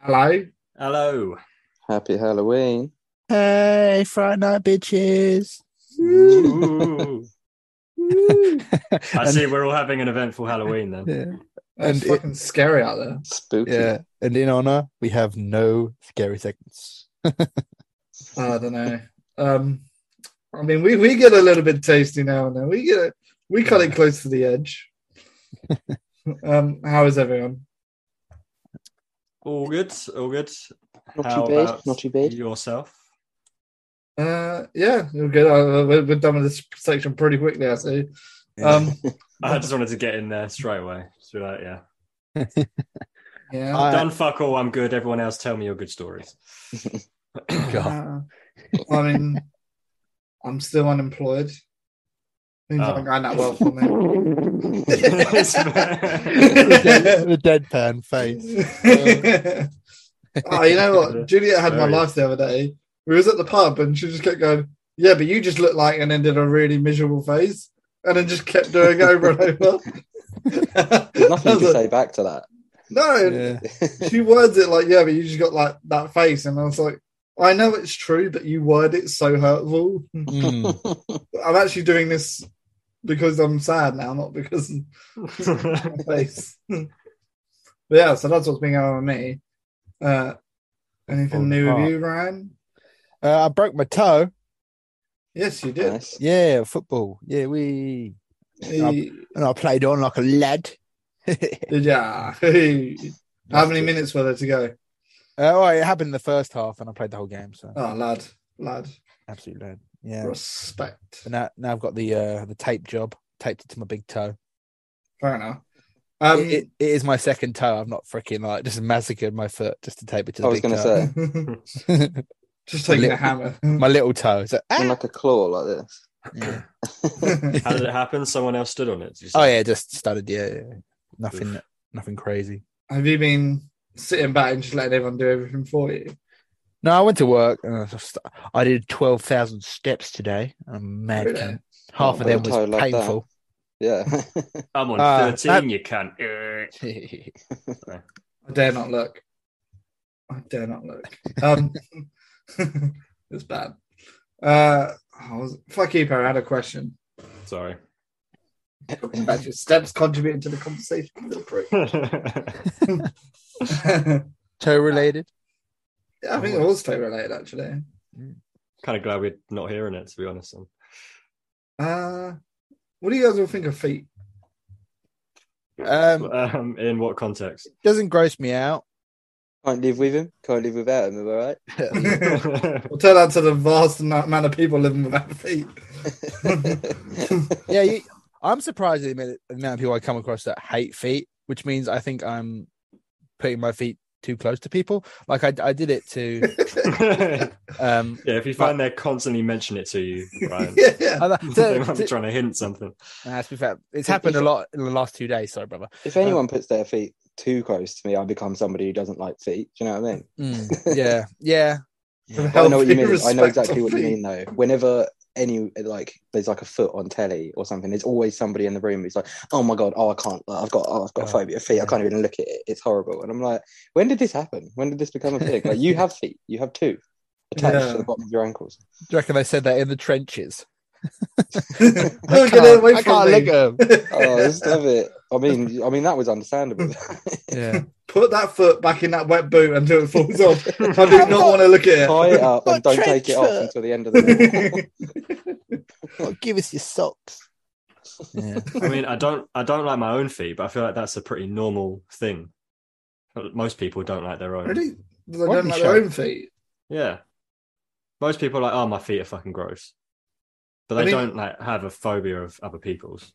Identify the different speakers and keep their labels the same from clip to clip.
Speaker 1: Hello.
Speaker 2: Hello.
Speaker 3: Happy Halloween.
Speaker 4: Hey, Friday night bitches. Mm-hmm.
Speaker 2: Ooh. I
Speaker 4: And-
Speaker 2: see we're all having an eventful Halloween then.
Speaker 4: Yeah,
Speaker 1: And
Speaker 4: And
Speaker 1: it's
Speaker 4: it-
Speaker 1: fucking scary out there.
Speaker 3: Spooky.
Speaker 4: yeah. And in honor, we have no scary segments.
Speaker 1: I don't know. Um, I mean, we, we get a little bit tasty now and then. We get we cut it close to the edge. um, how is everyone?
Speaker 2: All good. All good.
Speaker 3: Not
Speaker 2: How
Speaker 3: too bad.
Speaker 2: about
Speaker 3: Not too bad.
Speaker 2: Yourself.
Speaker 1: Uh, yeah, we're good. Uh, we're, we're done with this section pretty quickly. I see. Um,
Speaker 2: I just wanted to get in there straight away. So like, yeah.
Speaker 1: yeah.
Speaker 3: Uh,
Speaker 4: I-
Speaker 2: Done fuck all. I'm good. Everyone else, tell me your good stories.
Speaker 4: God.
Speaker 1: Uh, I mean, I'm still unemployed. Things
Speaker 2: Oh.
Speaker 1: aren't going that well for me.
Speaker 4: the, dead- the deadpan face.
Speaker 1: oh, you know what? Juliet had my
Speaker 2: Very-
Speaker 1: life the other day. We was at the pub and she just kept going, Yeah, but you just look like and then did a really miserable face and then just kept doing over and over.
Speaker 3: There's nothing
Speaker 1: I
Speaker 3: to
Speaker 1: was
Speaker 3: say back to that.
Speaker 1: like, No,
Speaker 4: Yeah.
Speaker 1: she words it like, Yeah, but you just got like that face and I was like, I know it's true, but you word it so hurtful.
Speaker 4: Mm.
Speaker 1: I'm actually doing this because I'm sad now, not because my face. but yeah, so that's what's been going on with me. Uh, anything
Speaker 4: Oh,
Speaker 1: new
Speaker 4: oh.
Speaker 1: with you, Ryan?
Speaker 4: Uh, I broke my toe.
Speaker 1: Yes, you did.
Speaker 3: nice.
Speaker 4: Yeah, football. Yeah, we.
Speaker 1: He-
Speaker 4: And I played on like a lad.
Speaker 1: Yeah. How many minutes were there to go?
Speaker 4: Uh, well, it happened in the first half, and I played the whole game. So
Speaker 1: Oh, lad, lad,
Speaker 4: absolute lad. Yeah.
Speaker 1: respect.
Speaker 4: But now, now I've got the uh, the tape job. Taped it to my big toe.
Speaker 1: Fair enough. Um,
Speaker 4: it, it- it is my second toe. I've not freaking like just massacred my foot just to tape it to the
Speaker 3: I was
Speaker 4: big
Speaker 3: gonna
Speaker 4: toe.
Speaker 3: say.
Speaker 1: just taking a
Speaker 4: Little-
Speaker 1: hammer.
Speaker 4: my little toe. It's like,
Speaker 3: And
Speaker 4: ah!
Speaker 3: like a claw like this.
Speaker 4: Yeah.
Speaker 2: How did it happen? Someone else stood on it. did you say?
Speaker 4: Oh yeah, just started. Yeah, yeah, yeah. nothing, nothing crazy.
Speaker 1: Have you been sitting back and just letting everyone do everything for you?
Speaker 4: No, I went to work. And I, just, I did twelve thousand steps today. I'm mad.
Speaker 1: Really?
Speaker 4: cunt. Half
Speaker 3: Not
Speaker 4: of
Speaker 3: Oh,
Speaker 4: them
Speaker 3: a
Speaker 4: was
Speaker 3: toe like that.
Speaker 4: painful.
Speaker 3: Yeah.
Speaker 2: I'm on
Speaker 4: Uh,
Speaker 2: 13,
Speaker 4: that-
Speaker 2: you cunt.
Speaker 1: I dare not look. I dare not look. Um, it's bad. Uh, I was, fuck you, Perry. I had a question.
Speaker 2: Sorry.
Speaker 1: In fact, your steps contributed to the conversation. little prick. yeah,
Speaker 4: toe related.
Speaker 1: I think it was toe related, actually.
Speaker 2: kind of glad we're not hearing it, to be honest. I'm-
Speaker 1: Uh, what do you guys all think of feet?
Speaker 4: Um,
Speaker 2: Um, in what context?
Speaker 4: doesn't gross me out.
Speaker 3: Can't live with him. Can't live without him. Am I right?
Speaker 1: well, tell that to the vast amou- amount of people living without feet.
Speaker 4: Yeah, you, I'm surprised at the amount- the amount of people I come across that hate feet, which means I think I'm putting my feet too close to people. Like I, I did it to.
Speaker 2: yeah,
Speaker 4: Um,
Speaker 2: if you find they're constantly mentioning it to you, Ryan,
Speaker 1: yeah.
Speaker 4: other-
Speaker 2: they might be
Speaker 4: to-
Speaker 2: trying to hint something.
Speaker 4: Nah, to be fair, it's happened a lot in the last two days. Sorry, brother.
Speaker 3: if anyone puts their feet too close to me, I become somebody who doesn't like feet. Do you know what I mean?
Speaker 4: Mm, yeah, yeah.
Speaker 3: I know what
Speaker 1: Healthy
Speaker 3: you mean. I know
Speaker 1: respect
Speaker 3: exactly
Speaker 1: of
Speaker 3: what you
Speaker 1: feet.
Speaker 3: mean, though. Whenever any like there's like a foot on telly or something, there's always somebody in the room who's like, "Oh my god, oh I can't, like, I've got, oh, I've got
Speaker 4: Oh,
Speaker 3: phobia of feet. I
Speaker 4: yeah.
Speaker 3: can't even look at it. It's horrible." And I'm like, "When did this happen? When did this become a thing? Like, you have feet. You have two attached
Speaker 1: Yeah.
Speaker 3: to the bottom of your ankles.
Speaker 4: Do you reckon they said that in the trenches?
Speaker 1: Oh, get it away
Speaker 4: I
Speaker 1: from
Speaker 4: can't
Speaker 1: me.
Speaker 4: look at them.
Speaker 3: Oh, I just love it. I mean, I mean that was understandable.
Speaker 4: Yeah.
Speaker 1: Put that foot back in that wet boot until it falls off. I do not want to look
Speaker 3: Tie
Speaker 1: at
Speaker 3: it up and
Speaker 4: But
Speaker 3: don't take it off
Speaker 4: trench
Speaker 3: until the end of the day.
Speaker 1: it.
Speaker 4: Oh, give us your socks. Yeah.
Speaker 2: I mean, I don't, I don't like my own feet, but I feel like that's a pretty normal thing. Most people don't like their own.
Speaker 1: really? They
Speaker 4: Why
Speaker 1: don't
Speaker 4: did
Speaker 1: like
Speaker 4: you
Speaker 1: their
Speaker 4: show?
Speaker 1: own feet.
Speaker 2: Yeah. Most people are like, oh, my feet are fucking gross, but they
Speaker 1: I mean-
Speaker 2: don't like have a phobia of other people's.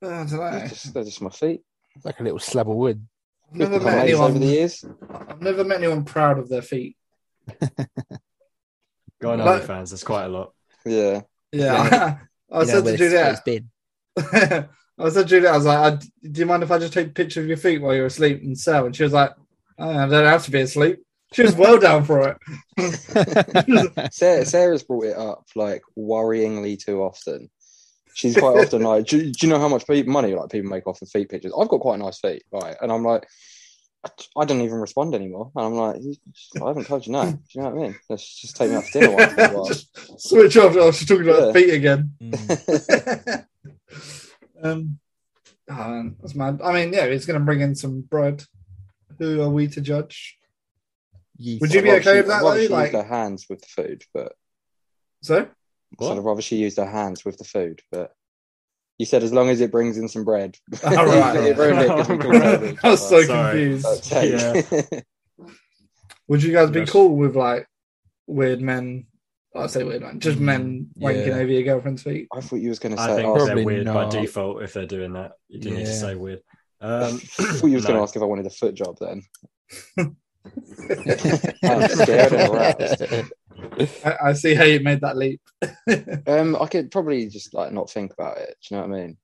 Speaker 1: Oh, I don't know.
Speaker 3: They're just, they're just my feet.
Speaker 4: It's like a little slab of wood.
Speaker 1: I've never
Speaker 3: Become
Speaker 1: met
Speaker 3: ace over the
Speaker 1: anyone.
Speaker 3: years.
Speaker 1: I've never met anyone proud of their feet.
Speaker 2: Go on,
Speaker 1: Like-
Speaker 2: other fans. That's quite a lot.
Speaker 3: Yeah.
Speaker 1: Yeah, I said to Juliet. I said to Juliet, I was like, I, "Do you mind if I just take a picture of your feet while you're asleep and sell?" And she was like, oh, "I don't have to be asleep." She was well down for it.
Speaker 3: Sarah, Sarah's brought it up like worryingly too often. She's quite often like, do, do you know how much pe- money like people make off of feet pictures? I've got quite nice feet, right? And I'm like, I don't even respond anymore. And I'm like, I haven't told you no. Do you know what I mean? Let's just take me out to dinner once in a while.
Speaker 1: Just switch off. I was just talking about
Speaker 3: Yeah.
Speaker 1: feet again.
Speaker 4: Mm.
Speaker 1: um, oh, man, that's mad. I mean, yeah, it's going to bring in some bread. Who are we to judge?
Speaker 4: Yeast.
Speaker 1: Would you
Speaker 3: I'd
Speaker 1: be
Speaker 3: rather
Speaker 1: okay
Speaker 3: she-
Speaker 1: with that,
Speaker 3: I'd rather
Speaker 1: though?
Speaker 3: she used
Speaker 1: Like-
Speaker 3: her hands with the food, but
Speaker 1: So,
Speaker 3: I said
Speaker 2: What?
Speaker 3: I'd rather she used her hands with the food, but you said as long as it brings in some bread.
Speaker 1: All right.
Speaker 3: It ruined it 'cause we talked over each
Speaker 1: I was so
Speaker 3: other.
Speaker 2: Sorry.
Speaker 1: confused.
Speaker 3: Okay.
Speaker 1: Would you guys be
Speaker 2: Yes.
Speaker 1: cool with like weird men? I say weird men, just
Speaker 4: Mm,
Speaker 1: men wanking
Speaker 4: yeah.
Speaker 1: over your girlfriend's feet.
Speaker 3: I thought you was going to
Speaker 2: I
Speaker 3: say.
Speaker 2: think
Speaker 3: oh,
Speaker 2: they're
Speaker 4: Probably
Speaker 2: weird
Speaker 4: not.
Speaker 2: by default if they're doing that. You do need to
Speaker 4: Yeah.
Speaker 2: say weird.
Speaker 3: I
Speaker 2: Um,
Speaker 3: thought you was going
Speaker 2: no.
Speaker 3: to ask if I wanted a foot job then. I'm scared and aroused.
Speaker 1: I, I see how you made that leap.
Speaker 3: Um, I could probably just like not think about it. Do you know what I mean?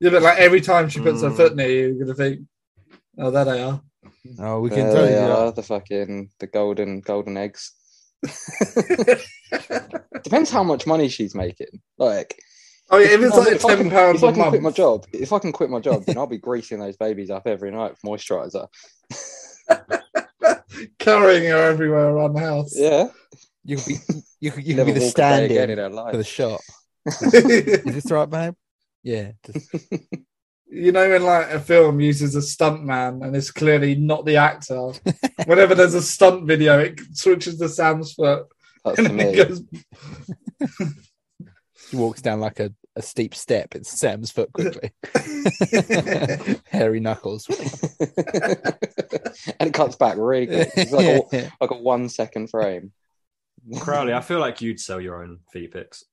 Speaker 1: Yeah, but like every time she puts her
Speaker 2: Mm.
Speaker 1: foot near you, you're gonna think, "Oh, there they are."
Speaker 4: Oh, we can
Speaker 3: There
Speaker 4: totally
Speaker 3: they
Speaker 4: do that.
Speaker 3: are, the fucking the golden golden eggs. Depends how much money she's making. Like
Speaker 1: Oh, yeah, if it's
Speaker 3: No,
Speaker 1: like
Speaker 3: I
Speaker 1: ten
Speaker 3: can-
Speaker 1: pounds
Speaker 3: if I
Speaker 1: a
Speaker 3: can quit my
Speaker 1: month,
Speaker 3: job, if I can quit my job, then I'll be greasing those babies up every night with moisturizer.
Speaker 1: carrying her everywhere around the house.
Speaker 3: Yeah,
Speaker 4: You could be, you could, you could
Speaker 3: Never
Speaker 4: be the
Speaker 3: walk a day again in
Speaker 4: stand-in
Speaker 3: her
Speaker 4: for the
Speaker 3: life.
Speaker 4: shot. Is this right, babe? Yeah. Just,
Speaker 1: you know, when like a film uses a stunt man and it's clearly not the actor. Whenever there's a stunt video, it switches to Sam's foot
Speaker 3: That's
Speaker 1: and
Speaker 3: for
Speaker 1: then it
Speaker 3: me.
Speaker 1: goes
Speaker 4: she walks down like a, a steep step. It's Sam's foot quickly. Hairy knuckles.
Speaker 3: and it cuts back really quick. It's like,
Speaker 4: Yeah.
Speaker 3: a, like a one second frame.
Speaker 2: Crowley, I feel like you'd sell your own feet pics.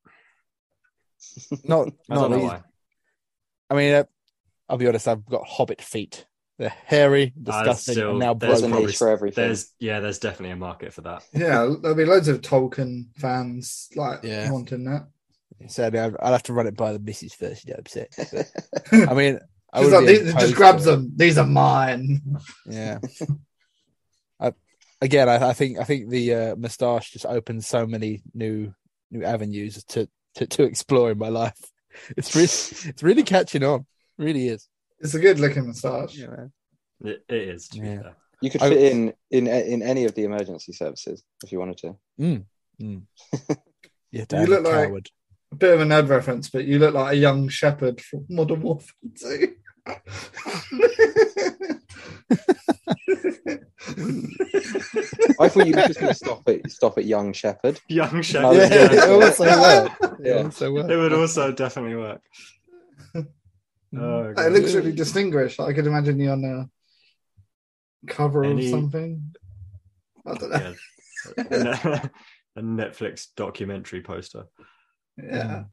Speaker 4: Not,
Speaker 2: I
Speaker 4: not
Speaker 2: don't know
Speaker 4: easy.
Speaker 2: why.
Speaker 4: I mean, uh, I'll be honest. I've got hobbit feet. They're hairy, disgusting,
Speaker 2: still-
Speaker 4: and now
Speaker 2: there's
Speaker 3: There's a
Speaker 4: broken.
Speaker 2: probably-
Speaker 3: niche for everything.
Speaker 2: There's yeah, there's definitely a market for that.
Speaker 1: Yeah, there'll be loads of Tolkien fans like
Speaker 4: Yeah.
Speaker 1: wanting that.
Speaker 4: Sadly, I'd, I'd have to run it by the missus first. You get upset. But, I mean, I
Speaker 1: She's like,
Speaker 4: wouldn't be
Speaker 1: "These-
Speaker 4: opposed
Speaker 1: just grabs
Speaker 4: to it.
Speaker 1: them. These are mine.
Speaker 4: Yeah. I, again, I, I think I think the uh, moustache just opens so many new new avenues to to, to explore in my life. It's really it's really catching on. Really is.
Speaker 1: It's a good looking massage.
Speaker 4: Yeah, man.
Speaker 2: It, it is to
Speaker 4: Yeah.
Speaker 2: be fair.
Speaker 3: You could
Speaker 4: I-
Speaker 3: fit in in in any of the emergency services if you wanted to.
Speaker 4: Yeah, damn
Speaker 1: look
Speaker 4: it,
Speaker 1: like-
Speaker 4: coward.
Speaker 1: A bit of an ad reference, but you look like a young shepherd from Modern Warfare 2.
Speaker 3: I thought you were just going to stop at stop at young shepherd.
Speaker 2: Young
Speaker 3: I
Speaker 2: Shepherd.
Speaker 3: was
Speaker 2: Yeah,
Speaker 3: gonna say-
Speaker 2: it would-
Speaker 4: also work.
Speaker 3: Yeah.
Speaker 4: It also
Speaker 2: it
Speaker 4: work.
Speaker 2: would also definitely work. Oh,
Speaker 4: Mm.
Speaker 1: I
Speaker 2: God.
Speaker 1: looks really distinguished. I could imagine you on a cover
Speaker 2: Any-
Speaker 1: of something. I don't know.
Speaker 2: Yeah. a Netflix documentary poster.
Speaker 1: Yeah.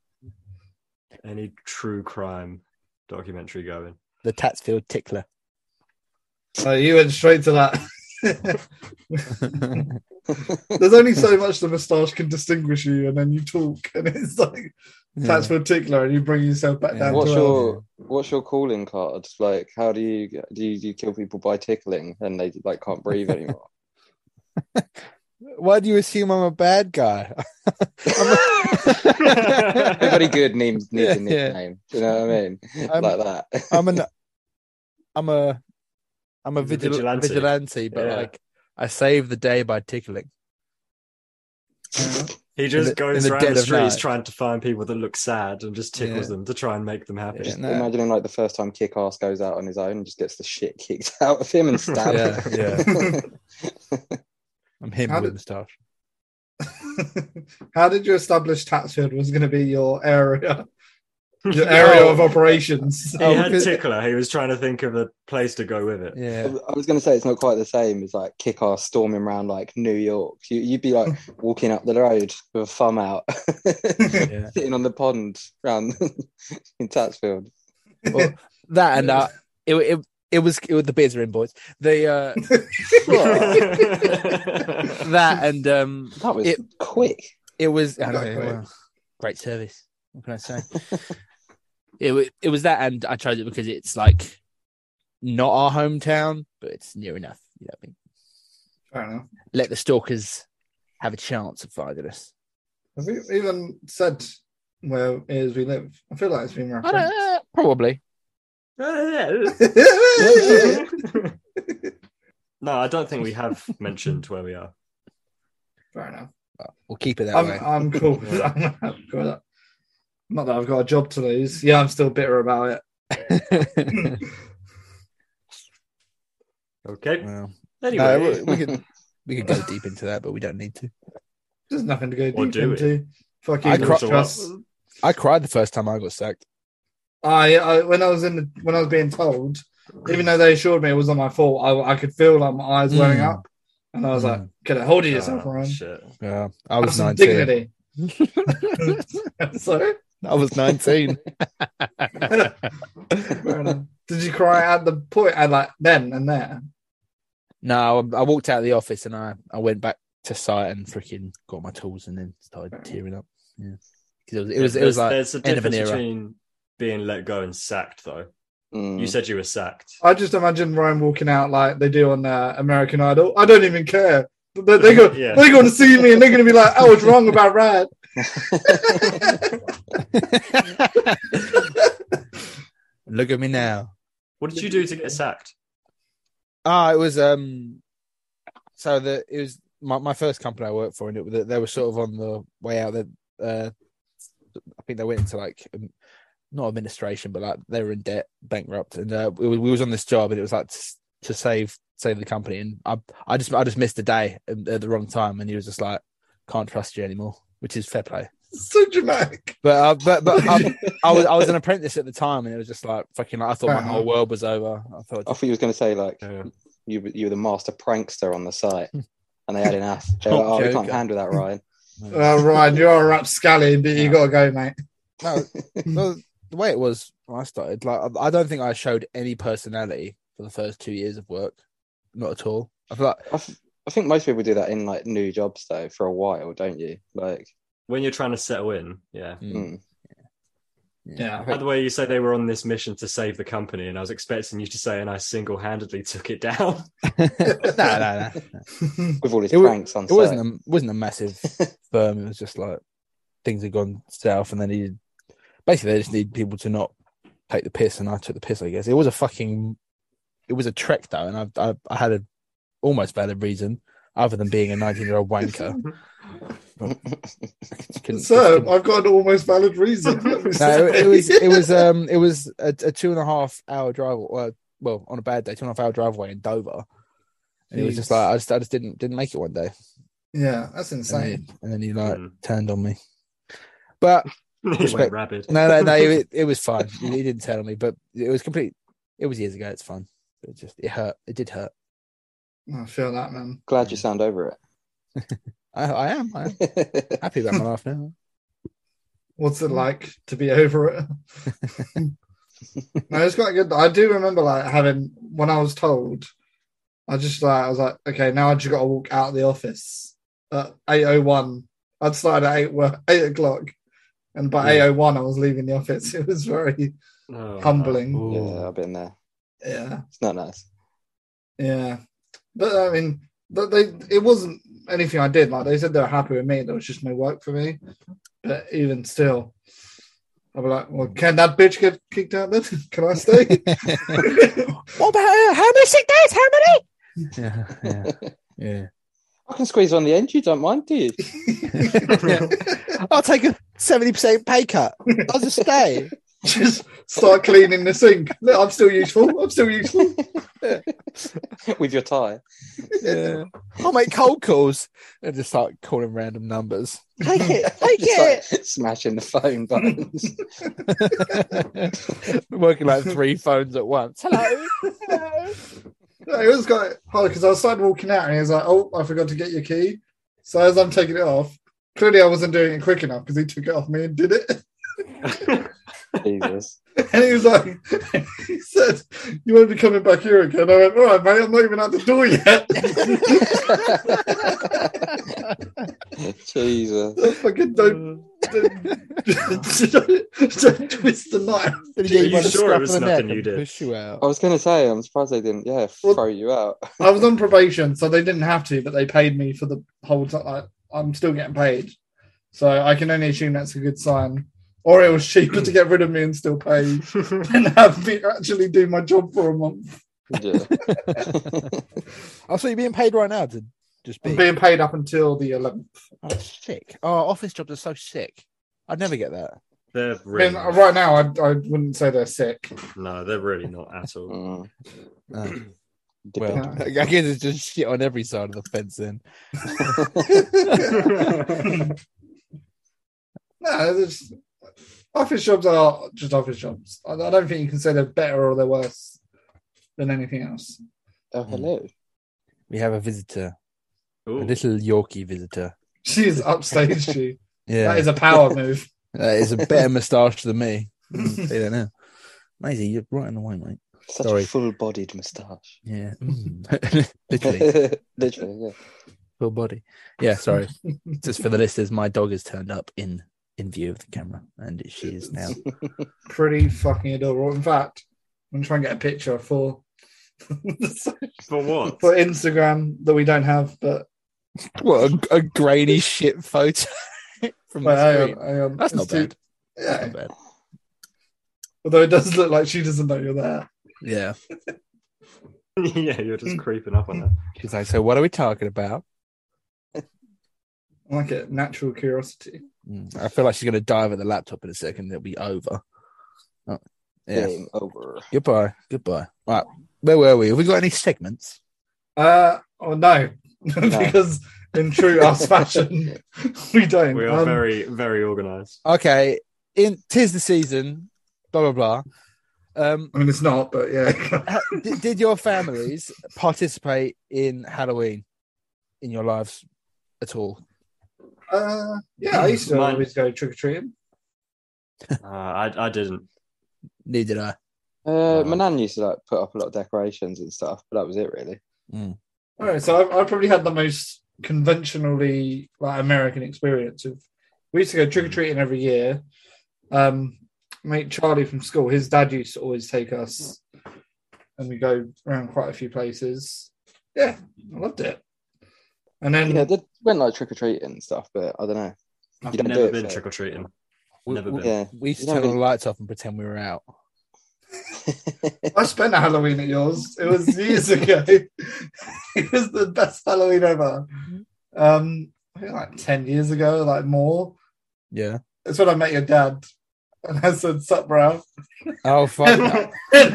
Speaker 2: Any true crime documentary going.
Speaker 4: The Tatsfield tickler.
Speaker 1: So you went straight to that. There's only so much the moustache can distinguish you, and then you talk, and it's like that's for tickler, and you bring yourself back
Speaker 4: Yeah.
Speaker 1: down
Speaker 3: What's
Speaker 1: to earth.
Speaker 3: your what's your calling card? Like, how do you do? You, do you kill people by tickling, and they like can't breathe anymore.
Speaker 4: Why do you assume I'm a bad guy?
Speaker 3: Everybody good names needs a
Speaker 4: Yeah, yeah.
Speaker 3: nickname. Do you know what I mean?
Speaker 4: I'm-
Speaker 3: like that.
Speaker 4: I'm an I'm a I'm a
Speaker 2: He's a
Speaker 4: vigil- vigilante.
Speaker 2: vigilante.
Speaker 4: but
Speaker 2: Yeah.
Speaker 4: like I save the day by tickling.
Speaker 2: He just
Speaker 4: the- in
Speaker 2: goes
Speaker 4: the
Speaker 2: around
Speaker 4: dead
Speaker 2: the
Speaker 4: of
Speaker 2: streets
Speaker 4: night.
Speaker 2: trying to find people that look sad and just tickles
Speaker 4: Yeah.
Speaker 2: them to try and make them happy.
Speaker 4: Yeah, no.
Speaker 3: Imagining like the first time kick ass goes out on his own and just gets the shit kicked out of him and stabbed.
Speaker 4: Yeah,
Speaker 1: yeah.
Speaker 4: I'm him
Speaker 1: How
Speaker 4: with
Speaker 1: did-
Speaker 4: moustache.
Speaker 1: How did you establish Tatsfield was going to be your area, your area of operations?
Speaker 2: He
Speaker 4: Oh,
Speaker 2: had
Speaker 4: because-
Speaker 2: tickler. He was trying to think of a place to go with it.
Speaker 4: Yeah,
Speaker 3: I was going to say it's not quite the same as like kick ass storming around like New York. You, you'd be like walking up the road with a thumb out,
Speaker 4: yeah.
Speaker 3: sitting on the pond round in Tatsfield.
Speaker 4: Well, that and uh, it, it it was it was the beers are in boys. They uh that and um
Speaker 3: That was
Speaker 4: It-
Speaker 3: quick.
Speaker 4: it was I
Speaker 1: Not
Speaker 4: know,
Speaker 1: great.
Speaker 4: well, great service. What can I say? it wa- it was that and I chose it because it's like not our hometown, but it's near enough. You know what I mean?
Speaker 1: Fair enough.
Speaker 4: Let the stalkers have a chance of finding us.
Speaker 1: Have we even said where it is we live? I feel like it's been
Speaker 4: I
Speaker 1: referenced.
Speaker 4: don't, uh, probably.
Speaker 2: Oh, no, I don't think we have mentioned where we are.
Speaker 1: Fair enough.
Speaker 4: We'll keep it that
Speaker 1: I'm,
Speaker 4: way.
Speaker 1: I'm cool. with that. I'm happy with that. Not that I've got a job to lose. Yeah, I'm still bitter about it.
Speaker 2: Okay.
Speaker 4: well, no,
Speaker 2: Anyway,
Speaker 4: we, we could we could go deep into that, but we don't need to.
Speaker 1: There's nothing to go
Speaker 2: Or
Speaker 1: deep
Speaker 2: do it.
Speaker 1: into. Fuck you,
Speaker 4: I
Speaker 1: Lord
Speaker 4: cro-
Speaker 2: so
Speaker 1: Truss.
Speaker 2: what-
Speaker 4: I cried the first time I got sacked.
Speaker 1: I, I when I was in the, when I was being told, even though they assured me it wasn't my fault, I, I could feel like my eyes welling
Speaker 4: Mm.
Speaker 1: up, and I was like,
Speaker 4: Mm.
Speaker 1: "Get a hold of
Speaker 2: Ah,
Speaker 1: yourself, Ryan.
Speaker 2: shit.
Speaker 4: Yeah, I
Speaker 1: Have
Speaker 4: was
Speaker 1: some
Speaker 4: nineteen.
Speaker 1: dignity." Sorry.
Speaker 4: I was nineteen.
Speaker 3: Mm.
Speaker 1: Fair enough. Did you cry at the point at like then and there?
Speaker 4: no, I, I walked out of the office and I I went back to site and freaking got my tools and then started tearing up. Yeah, 'Cause it was it was it
Speaker 2: There's-
Speaker 4: was like
Speaker 2: there's a
Speaker 4: end of an
Speaker 2: difference
Speaker 4: era.
Speaker 2: between being let go and sacked, though.
Speaker 3: Mm.
Speaker 2: You said you were sacked.
Speaker 1: I just imagine Ryan walking out like they do on uh, American Idol. I don't even care. They, they go,
Speaker 2: Yeah.
Speaker 1: They're going to see me and they're going to be like, I was wrong about Ryan.
Speaker 4: look at me now.
Speaker 2: What did you do to get sacked?
Speaker 4: Ah, it was um. So the it was my, my first company I worked for, and it, they- they were sort of on the way out. That uh, I think they went into like um, not administration, but like they were in debt, bankrupt, and uh, we, we was on this job, and it was like to, to save save the company, and I I just I just missed the day at at the wrong time, and he was just like, can't trust you anymore, which is fair play.
Speaker 1: so dramatic.
Speaker 4: But uh, but but um, I was I was an apprentice at the time, and it was just like fucking. Like, I thought my
Speaker 1: Uh-huh.
Speaker 4: whole world was over. I thought
Speaker 3: I thought you was going to say like
Speaker 2: Yeah.
Speaker 3: you were- you were the master prankster on the site, and they had enough. They were like,
Speaker 4: Top
Speaker 3: oh, we can't
Speaker 4: Hmm. joker.
Speaker 3: handle that, Ryan.
Speaker 1: Uh, Ryan, you're a rapscallion, but you got to go, mate.
Speaker 4: no, no, the way it was when I started, like I- I don't think I showed any personality for the first two years of work, not at all. I feel like
Speaker 3: I, th- I think most people do that in like new jobs though for a while, don't you? Like,
Speaker 2: When you're trying to settle in, yeah.
Speaker 4: mm,
Speaker 3: mm.
Speaker 1: Hmm. Yeah.
Speaker 2: By the way, you said they were on this mission to save the company, and I was expecting you to say, and I single handedly took it down.
Speaker 4: no, no, no.
Speaker 3: with all his
Speaker 4: It wa-
Speaker 3: pranks on
Speaker 4: It
Speaker 3: site.
Speaker 4: wasn't a, wasn't a massive firm. It was just like things had gone south, and they needed basically they just needed people to not take the piss, and I took the piss. I guess it was a fucking it was a trek though, and I I, I had a almost valid reason other than being a nineteen year old wanker. Couldn't- couldn't-
Speaker 1: so I've got an almost valid reason. let me
Speaker 4: No, it
Speaker 1: say.
Speaker 4: it was it was um it was a, a two and a half hour drive. Well, well, on a bad day, two and a half hour driveway in Dover, and it was just
Speaker 1: Jeez.
Speaker 4: like I just I just didn't didn't make it one day,
Speaker 1: yeah, that's
Speaker 4: and
Speaker 1: insane.
Speaker 4: then, and then he like
Speaker 2: Mm.
Speaker 4: turned on me. But
Speaker 2: He
Speaker 4: Respect.
Speaker 2: went rabid.
Speaker 4: no, no, no, it, it was fine. He, he didn't turn on me, but it was complete. It was years ago. It's fine. It just it hurt. It did hurt.
Speaker 1: I feel that, man.
Speaker 3: Glad
Speaker 4: Hmm.
Speaker 3: you sound over
Speaker 4: I, I am. I am
Speaker 3: it.
Speaker 4: happy about my life now.
Speaker 1: What's it like to be over it? no, it's quite good. I do remember like having when I was told, I just like I was like, okay, now I just got to walk out of the office at eight oh one. I'd started at eight wo- eight o'clock, and by eight
Speaker 2: Yeah.
Speaker 1: oh one, I was leaving the office. It was very
Speaker 2: Oh,
Speaker 1: humbling.
Speaker 3: yeah, I've been there.
Speaker 1: Yeah,
Speaker 3: It's not nice.
Speaker 1: yeah. But I mean, but they it wasn't anything I did. Like they said they were happy with me. There was just no work for me. But even still. I'll be like, well, can that bitch get kicked out then? Can I stay?
Speaker 4: what about uh, how many sick days? How many? Yeah, yeah, yeah.
Speaker 3: I can squeeze on the end. You don't mind, do you?
Speaker 4: I'll take a seventy percent pay cut. I'll just stay.
Speaker 1: just start cleaning the sink. Look, I'm still useful. I'm still useful.
Speaker 3: with your tie.
Speaker 4: Yeah. I'll make cold calls and just start calling random numbers.
Speaker 3: Take it.
Speaker 4: take
Speaker 3: Just, like, smashing the phone buttons.
Speaker 4: Working like three phones at once. Hello. Hello.
Speaker 1: No, it was quite hard because I started walking out and he was like, "Oh, I forgot to get your key." So as I'm taking it off, clearly I wasn't doing it quick enough because he took it off me and did it.
Speaker 3: Jesus.
Speaker 1: And he was like, "He said you won't be coming back here again." I went, "All right, mate. I'm not even at the door yet."
Speaker 3: Jesus.
Speaker 1: fucking don't, don't, don't, don't twist the knife.
Speaker 4: Did
Speaker 2: you sure it was nothing you did?
Speaker 4: Push you out.
Speaker 3: I was going to say, I'm surprised they didn't, yeah,
Speaker 1: Well-
Speaker 3: throw you out.
Speaker 1: I was on probation, so they didn't have to, but they paid me for the whole time. Like, I'm still getting paid, so I can only assume that's a good sign. or it was cheaper to get rid of me and still pay than have me actually do my job for a month.
Speaker 3: Yeah.
Speaker 4: Oh, so you're being paid right now to just be.
Speaker 1: I'm being paid up until the 11th.
Speaker 4: Oh, sick. Oh, office jobs are so sick. I'd never get that.
Speaker 2: They're
Speaker 1: I mean,
Speaker 2: really
Speaker 4: uh,
Speaker 2: not.
Speaker 1: right now, I, I wouldn't say they're sick.
Speaker 2: no, they're really not at all.
Speaker 3: Mm.
Speaker 4: Oh,
Speaker 3: Depend-
Speaker 4: well, I guess it's just shit on every side of the fence. Then
Speaker 1: no, there's office jobs are just office jobs. I, I don't think you can say they're better or they're worse than anything else.
Speaker 3: Oh,
Speaker 4: mm.
Speaker 3: hello.
Speaker 4: we have a visitor,
Speaker 2: Ooh.
Speaker 4: a little Yorkie visitor.
Speaker 1: She's upstaged you.
Speaker 4: Yeah,
Speaker 1: That is a power move.
Speaker 4: That is Uh, a better moustache than me. Mm, Say that now. Maisie, you're right in the way, mate.
Speaker 3: Such
Speaker 4: Sorry.
Speaker 3: a full-bodied moustache.
Speaker 4: Yeah. Mm. Literally,
Speaker 3: Literally, yeah.
Speaker 4: full body. Yeah, sorry. Just for the listeners, my dog has turned up in in view of the camera and she is now.
Speaker 1: Pretty fucking adorable. In fact, I'm trying to get a picture for
Speaker 2: For what?
Speaker 1: for Instagram that we don't have, but
Speaker 4: What a, a grainy shit photo from
Speaker 1: wait,
Speaker 4: the
Speaker 1: hang
Speaker 4: screen.
Speaker 1: on, hang on.
Speaker 4: Mm, That's not
Speaker 1: um, It's too-
Speaker 4: bad. That's
Speaker 1: Yeah.
Speaker 4: not bad.
Speaker 1: Although it does look like she doesn't know you're there.
Speaker 4: Yeah.
Speaker 2: yeah, you're
Speaker 1: Mm.
Speaker 2: just creeping up on that.
Speaker 4: She's like, so what are we talking about?
Speaker 1: I like it. Natural curiosity.
Speaker 4: Mm, I feel like she's gonna dive at the laptop in a second. It'll be over. Oh, yeah.
Speaker 3: Game over.
Speaker 4: Goodbye. Goodbye. Right. Where were we? Have we got any segments?
Speaker 1: Uh oh no. because in true us fashion, we don't.
Speaker 2: We are
Speaker 1: Um,
Speaker 2: very, very organised.
Speaker 4: Okay. In tis the season. Blah blah blah. Um.
Speaker 1: I mean it's not, but yeah.
Speaker 4: ha- did, did your families participate in Halloween in your lives at all?
Speaker 1: Uh, yeah, I used to
Speaker 2: Mine-
Speaker 1: always go trick or treating.
Speaker 2: Uh, I, I didn't.
Speaker 4: Neither did I.
Speaker 3: Uh,
Speaker 2: Wow.
Speaker 3: my nan used to like put up a lot of decorations and stuff, but that was it really.
Speaker 1: All right, so I, I probably had the most conventionally like American experience of. We used to go trick or treating every year. Um, mate Charlie from school, his dad used to always take us, and we go around quite a few places. Yeah, I loved it. And
Speaker 4: Um,
Speaker 1: then
Speaker 3: Yeah, they went like trick or treating and stuff, but I don't know.
Speaker 1: I've
Speaker 3: You don't do
Speaker 2: Never
Speaker 3: it,
Speaker 2: been
Speaker 3: so-
Speaker 2: trick or treating.
Speaker 4: We,
Speaker 2: Never
Speaker 4: we,
Speaker 2: been.
Speaker 3: Yeah.
Speaker 4: we used to
Speaker 3: You
Speaker 4: turn
Speaker 3: know,
Speaker 4: all the lights off and pretend we were out.
Speaker 1: I spent a Halloween at yours. It was years ago. it was the best Halloween ever.
Speaker 4: Mm-hmm.
Speaker 1: Um, I think like ten years ago, like more.
Speaker 4: Yeah.
Speaker 1: It's when I met your dad, and I said, "Sup, bro."
Speaker 4: Oh fuck! no.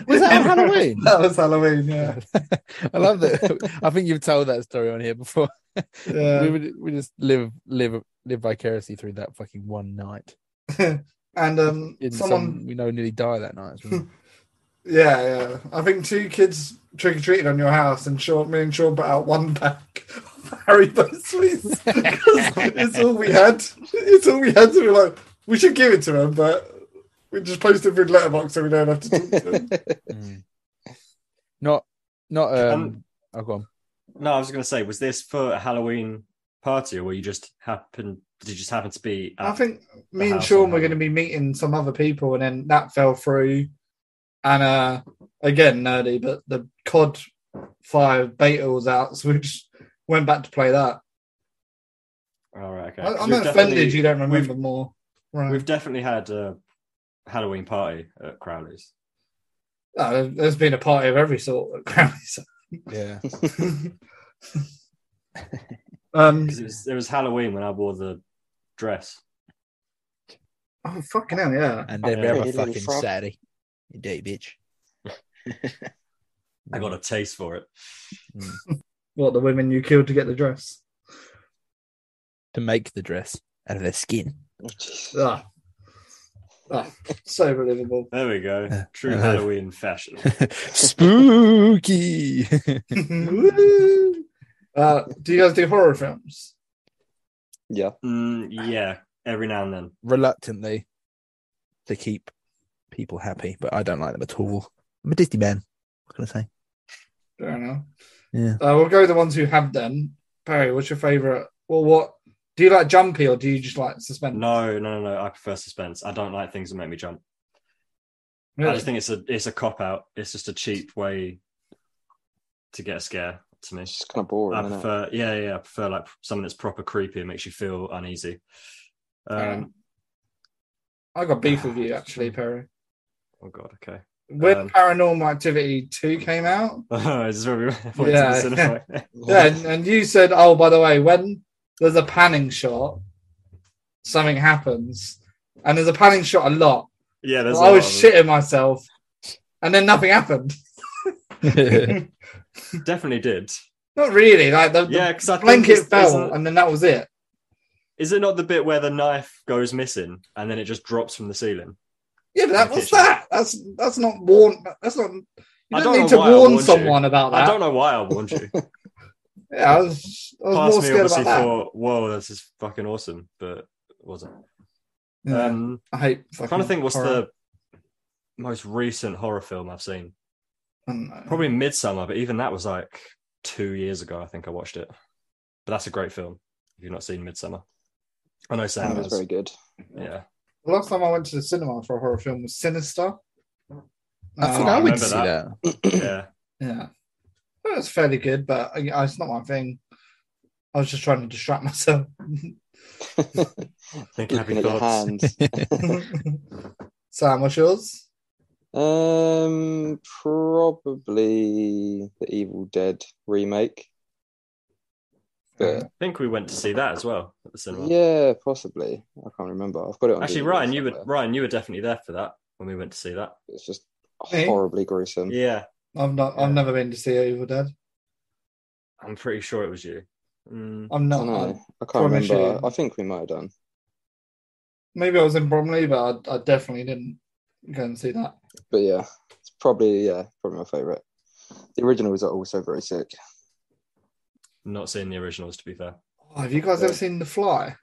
Speaker 4: Was that on Halloween?
Speaker 1: That was Halloween. Yeah,
Speaker 4: I love that. I think you've told that story on here before.
Speaker 1: yeah.
Speaker 4: we would, we just live live live vicariously through that fucking one night.
Speaker 1: and um,
Speaker 4: In
Speaker 1: someone,
Speaker 4: some, we know nearly die that night. As well.
Speaker 1: yeah, yeah. I think two kids trick or treated on your house, and Sean, me and Sean put out one pack of Harry Bosley's 'Cause it's all we had. It's all we had. So we were like, we should give it to them, but we just posted through letterbox so we don't have to talk to them.
Speaker 4: Mm. Not not um.
Speaker 2: Um,
Speaker 4: oh, go on.
Speaker 2: No, I was going to say, was this for a Halloween party, or were you just happen? Did you just happen to be? At,
Speaker 1: I think me
Speaker 2: the
Speaker 1: and
Speaker 2: house
Speaker 1: Sean
Speaker 2: on
Speaker 1: were going to be meeting some other people, and then that fell through. And uh, again, nerdy, but the COD Five beta was out, so we just went back to play that.
Speaker 2: All right, okay.
Speaker 1: I,
Speaker 2: 'Cause
Speaker 1: I'm
Speaker 2: we've
Speaker 1: offended
Speaker 2: definitely-
Speaker 1: you don't remember more.
Speaker 2: We've
Speaker 1: Right?
Speaker 2: definitely had a Halloween party at Crowley's.
Speaker 1: No, there- there's been a party of every sort at Crowley's.
Speaker 4: Yeah.
Speaker 1: um,
Speaker 2: 'Cause it was, it was Halloween when I wore the dress.
Speaker 1: oh fucking hell, yeah.
Speaker 4: And
Speaker 2: Yeah.
Speaker 4: every other
Speaker 3: You little
Speaker 4: fucking
Speaker 3: frog.
Speaker 4: Saturday. You dirty bitch.
Speaker 2: I got a taste for it.
Speaker 1: What the women you killed to get the dress?
Speaker 4: to make the dress out of their skin.
Speaker 1: Ah, ah so believable.
Speaker 2: There we go.
Speaker 4: Yeah.
Speaker 2: True
Speaker 4: Uh,
Speaker 1: Uh-huh.
Speaker 2: Halloween fashion.
Speaker 4: Spooky.
Speaker 1: Woo! uh, do you guys do horror films?
Speaker 3: yeah.
Speaker 2: Mm, yeah, every now and then.
Speaker 4: Reluctantly to keep people happy, but I don't like them at all. I'm a Disney man. What can I say?
Speaker 1: Fair enough.
Speaker 4: Yeah.
Speaker 1: Uh, we'll go with the ones who have done. Perry, what's your favourite? Well, what do you like jumpy or do you just like suspense?
Speaker 2: No, no, no, no. I prefer suspense. I don't like things that make me jump. I
Speaker 1: Really?
Speaker 2: just think it's a it's a cop out. It's just a cheap way to get a scare to me.
Speaker 3: It's just kind of boring,
Speaker 2: I
Speaker 3: isn't it?
Speaker 2: prefer, yeah, yeah, I prefer like something that's proper creepy and makes you feel uneasy. Um,
Speaker 1: Alright. I got beef with you actually, Perry.
Speaker 2: Oh god, okay.
Speaker 1: When
Speaker 2: Um,
Speaker 1: Paranormal Activity Two came out,
Speaker 2: Is this where we went to the
Speaker 1: Yeah.
Speaker 2: cinema?
Speaker 1: yeah, and, and you said, "Oh, by the way, when there's a panning shot, something happens." And there's a panning shot a lot.
Speaker 2: yeah, there's. a
Speaker 1: I was
Speaker 2: lot of them.
Speaker 1: shitting myself, and then nothing happened.
Speaker 2: Definitely did.
Speaker 1: Not really. Like the, the
Speaker 2: Yeah, because I think
Speaker 1: blanket
Speaker 2: it's,
Speaker 1: fell,
Speaker 2: isn't-
Speaker 1: and then that was it.
Speaker 2: Is it not the bit where the knife goes missing and then it just drops from the ceiling?
Speaker 1: Yeah, but that, what's
Speaker 2: Kitchen.
Speaker 1: that? That's that's not warn. That's not. You
Speaker 2: I
Speaker 1: don't,
Speaker 2: don't know
Speaker 1: need to
Speaker 2: why I
Speaker 1: warn
Speaker 2: warned you.
Speaker 1: someone about that.
Speaker 2: I don't know why I warned you.
Speaker 1: Yeah, I was, I was
Speaker 2: Part
Speaker 1: more
Speaker 2: of me
Speaker 1: scared
Speaker 2: obviously
Speaker 1: about that.
Speaker 2: thought, "Whoa, this is fucking awesome," but it wasn't.
Speaker 1: Yeah,
Speaker 2: Um,
Speaker 1: I hate.
Speaker 2: I'm trying to think, what's the most recent horror film I've seen?
Speaker 1: the
Speaker 2: Probably Midsummer, but even that was like two years ago. I think I watched it. But that's a great film. If you've not seen Midsummer, I know Sam
Speaker 3: That was
Speaker 2: has.
Speaker 3: very good.
Speaker 2: Yeah,
Speaker 1: The last time I went to the cinema for a horror film was Sinister.
Speaker 4: I
Speaker 1: Um,
Speaker 4: think I went
Speaker 2: remember
Speaker 4: to see
Speaker 2: that.
Speaker 4: that.
Speaker 2: yeah.
Speaker 1: Yeah, it was fairly good, but uh, yeah, it's not my thing. I was just trying to distract myself.
Speaker 2: Think
Speaker 3: Looking
Speaker 2: happy
Speaker 3: at your
Speaker 2: thoughts.
Speaker 3: hands.
Speaker 1: Sam, what's yours?
Speaker 3: Um, probably the Evil Dead remake. But
Speaker 2: I think we went to see that as well at the cinema.
Speaker 3: yeah, possibly. I can't remember. I've got it on.
Speaker 2: Actually,
Speaker 3: DVD
Speaker 2: Ryan, you would
Speaker 3: somewhere.
Speaker 2: Ryan, you were definitely there for that when we went to see that.
Speaker 3: It's just
Speaker 1: Me?
Speaker 3: horribly gruesome.
Speaker 2: Yeah,
Speaker 1: I've not. I've never been to see Evil Dead.
Speaker 2: I'm pretty sure it was you. Mm,
Speaker 1: I'm
Speaker 3: I
Speaker 1: not. uh,
Speaker 3: don't
Speaker 1: I-
Speaker 3: know. I can't
Speaker 1: promise
Speaker 3: remember.
Speaker 1: you.
Speaker 3: I think we might have done.
Speaker 1: maybe I was in Bromley, but I, I definitely didn't go and see that.
Speaker 3: But yeah, it's probably yeah, probably my favorite. The originals are also very sick.
Speaker 2: not seeing the originals to be fair.
Speaker 1: Oh, have you guys
Speaker 3: Yeah.
Speaker 1: ever seen The Fly?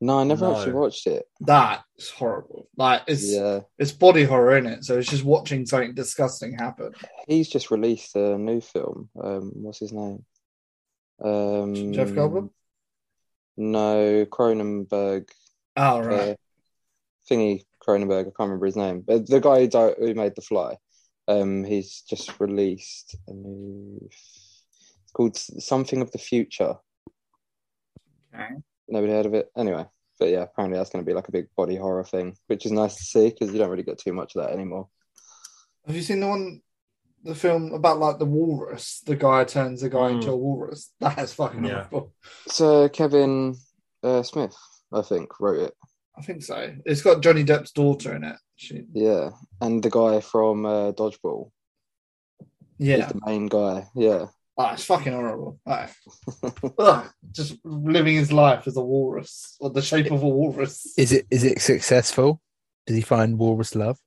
Speaker 3: No, I never
Speaker 2: No.
Speaker 3: actually watched it.
Speaker 1: That's horrible. Like it's
Speaker 3: yeah,
Speaker 1: it's body horror in it, so it's just watching something disgusting happen.
Speaker 3: he's just released a new film. Um, what's his name? Um,
Speaker 1: Jeff Goldblum.
Speaker 3: No, Cronenberg.
Speaker 1: Oh
Speaker 3: uh,
Speaker 1: right.
Speaker 3: thingy Cronenberg. I can't remember his name. But the guy who, di- who made The Fly. Um, he's just released a new. It's called S- Something of the Future.
Speaker 1: Okay.
Speaker 3: Nobody heard of it. Anyway, but yeah, apparently that's going to be like a big body horror thing, which is nice to see because you don't really get too much of that anymore.
Speaker 1: Have you seen the one, the film about like the walrus? The guy turns the guy
Speaker 2: Mm.
Speaker 1: into a walrus. That is fucking
Speaker 2: Yeah.
Speaker 1: horrible.
Speaker 3: So Kevin uh, Smith, I think, wrote it.
Speaker 1: I think so. It's got Johnny Depp's daughter in it. She,
Speaker 3: Yeah, and the guy from uh, Dodgeball
Speaker 1: yeah.
Speaker 3: is the main guy. Yeah,
Speaker 1: Oh, it's fucking horrible. Like, ugh, just living his life as a walrus or the shape of a walrus.
Speaker 4: Is it is it successful? Did he find walrus love?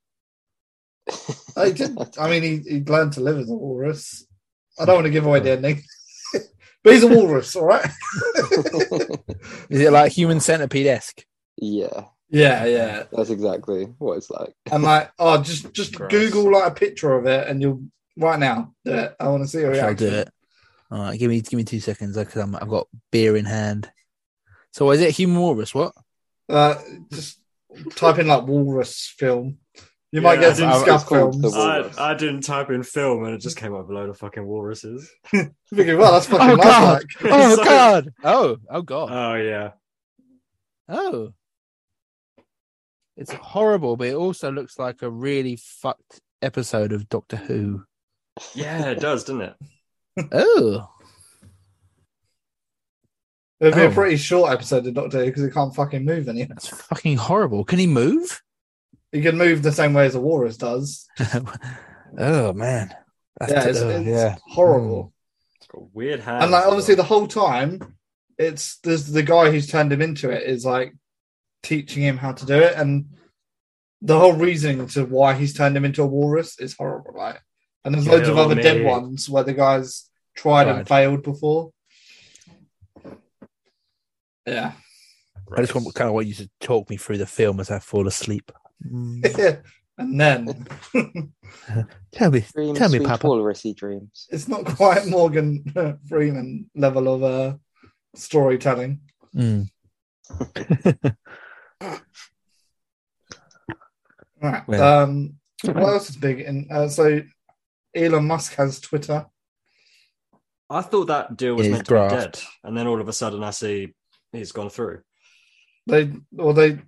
Speaker 1: I did. I mean, he, he learned to live as a walrus. I don't want to give away the ending, but he's a walrus, all right?
Speaker 4: Is it like human centipede esque?
Speaker 3: yeah,
Speaker 1: Yeah, yeah.
Speaker 3: that's exactly what it's like.
Speaker 1: And like, oh, just just
Speaker 2: Gross.
Speaker 1: Google like a picture of it, and you'll right now. Do it. I want to see a
Speaker 4: Shall I
Speaker 1: reaction.
Speaker 4: do it? All right, give me give me two seconds because I'm I've got beer in hand. So is it human walrus? What?
Speaker 1: Uh, just type in like walrus film. You
Speaker 2: Yeah,
Speaker 1: might
Speaker 2: I
Speaker 1: get
Speaker 2: didn't-
Speaker 1: some
Speaker 2: it's
Speaker 1: scuff
Speaker 3: called the
Speaker 1: films.
Speaker 3: walrus.
Speaker 2: I, I didn't type in film and it just came up with a load of fucking walruses.
Speaker 1: Thinking, well, that's fucking
Speaker 4: Oh,
Speaker 1: nice.
Speaker 4: God.
Speaker 1: Like.
Speaker 4: Oh
Speaker 2: So-
Speaker 4: God! Oh oh God!
Speaker 2: Oh yeah.
Speaker 4: Oh, it's horrible, but it also looks like a really fucked episode of Doctor Who.
Speaker 2: Yeah, it does, doesn't it?
Speaker 4: Oh,
Speaker 1: It'd be a
Speaker 4: Oh.
Speaker 1: pretty short episode of Doctor Who because it can't fucking move any.
Speaker 4: that's fucking horrible. Can he move?
Speaker 1: He can move the same way as a walrus does.
Speaker 4: oh man, That's-
Speaker 1: yeah, it's,
Speaker 4: oh,
Speaker 1: it's
Speaker 4: yeah. Mm.
Speaker 1: horrible.
Speaker 2: It's got weird hands.
Speaker 1: and like
Speaker 2: as
Speaker 1: obviously the
Speaker 2: well.
Speaker 1: whole time it's there's the guy who's turned him into it is like teaching him how to do it and the whole reasoning to why he's turned him into a walrus is horrible like and there's loads of
Speaker 2: Kill
Speaker 1: other dead
Speaker 2: me.
Speaker 1: ones where the guys tried, and
Speaker 4: Tried.
Speaker 1: failed before yeah
Speaker 4: I just want, kind of want you to talk me through the film as I fall asleep.
Speaker 1: Mm. and then
Speaker 4: Tell me,
Speaker 3: Dreams,
Speaker 4: tell me,
Speaker 3: sweet
Speaker 4: Papa.
Speaker 3: walrusy dreams.
Speaker 1: it's not quite morgan freeman level of uh storytelling
Speaker 4: Mm.
Speaker 1: right
Speaker 4: Well.
Speaker 1: um what else is big in uh, so elon musk has twitter
Speaker 2: I thought that deal was
Speaker 4: Is
Speaker 2: meant to be
Speaker 4: graft.
Speaker 2: dead, and then all of a sudden I see he's gone through.
Speaker 1: They or they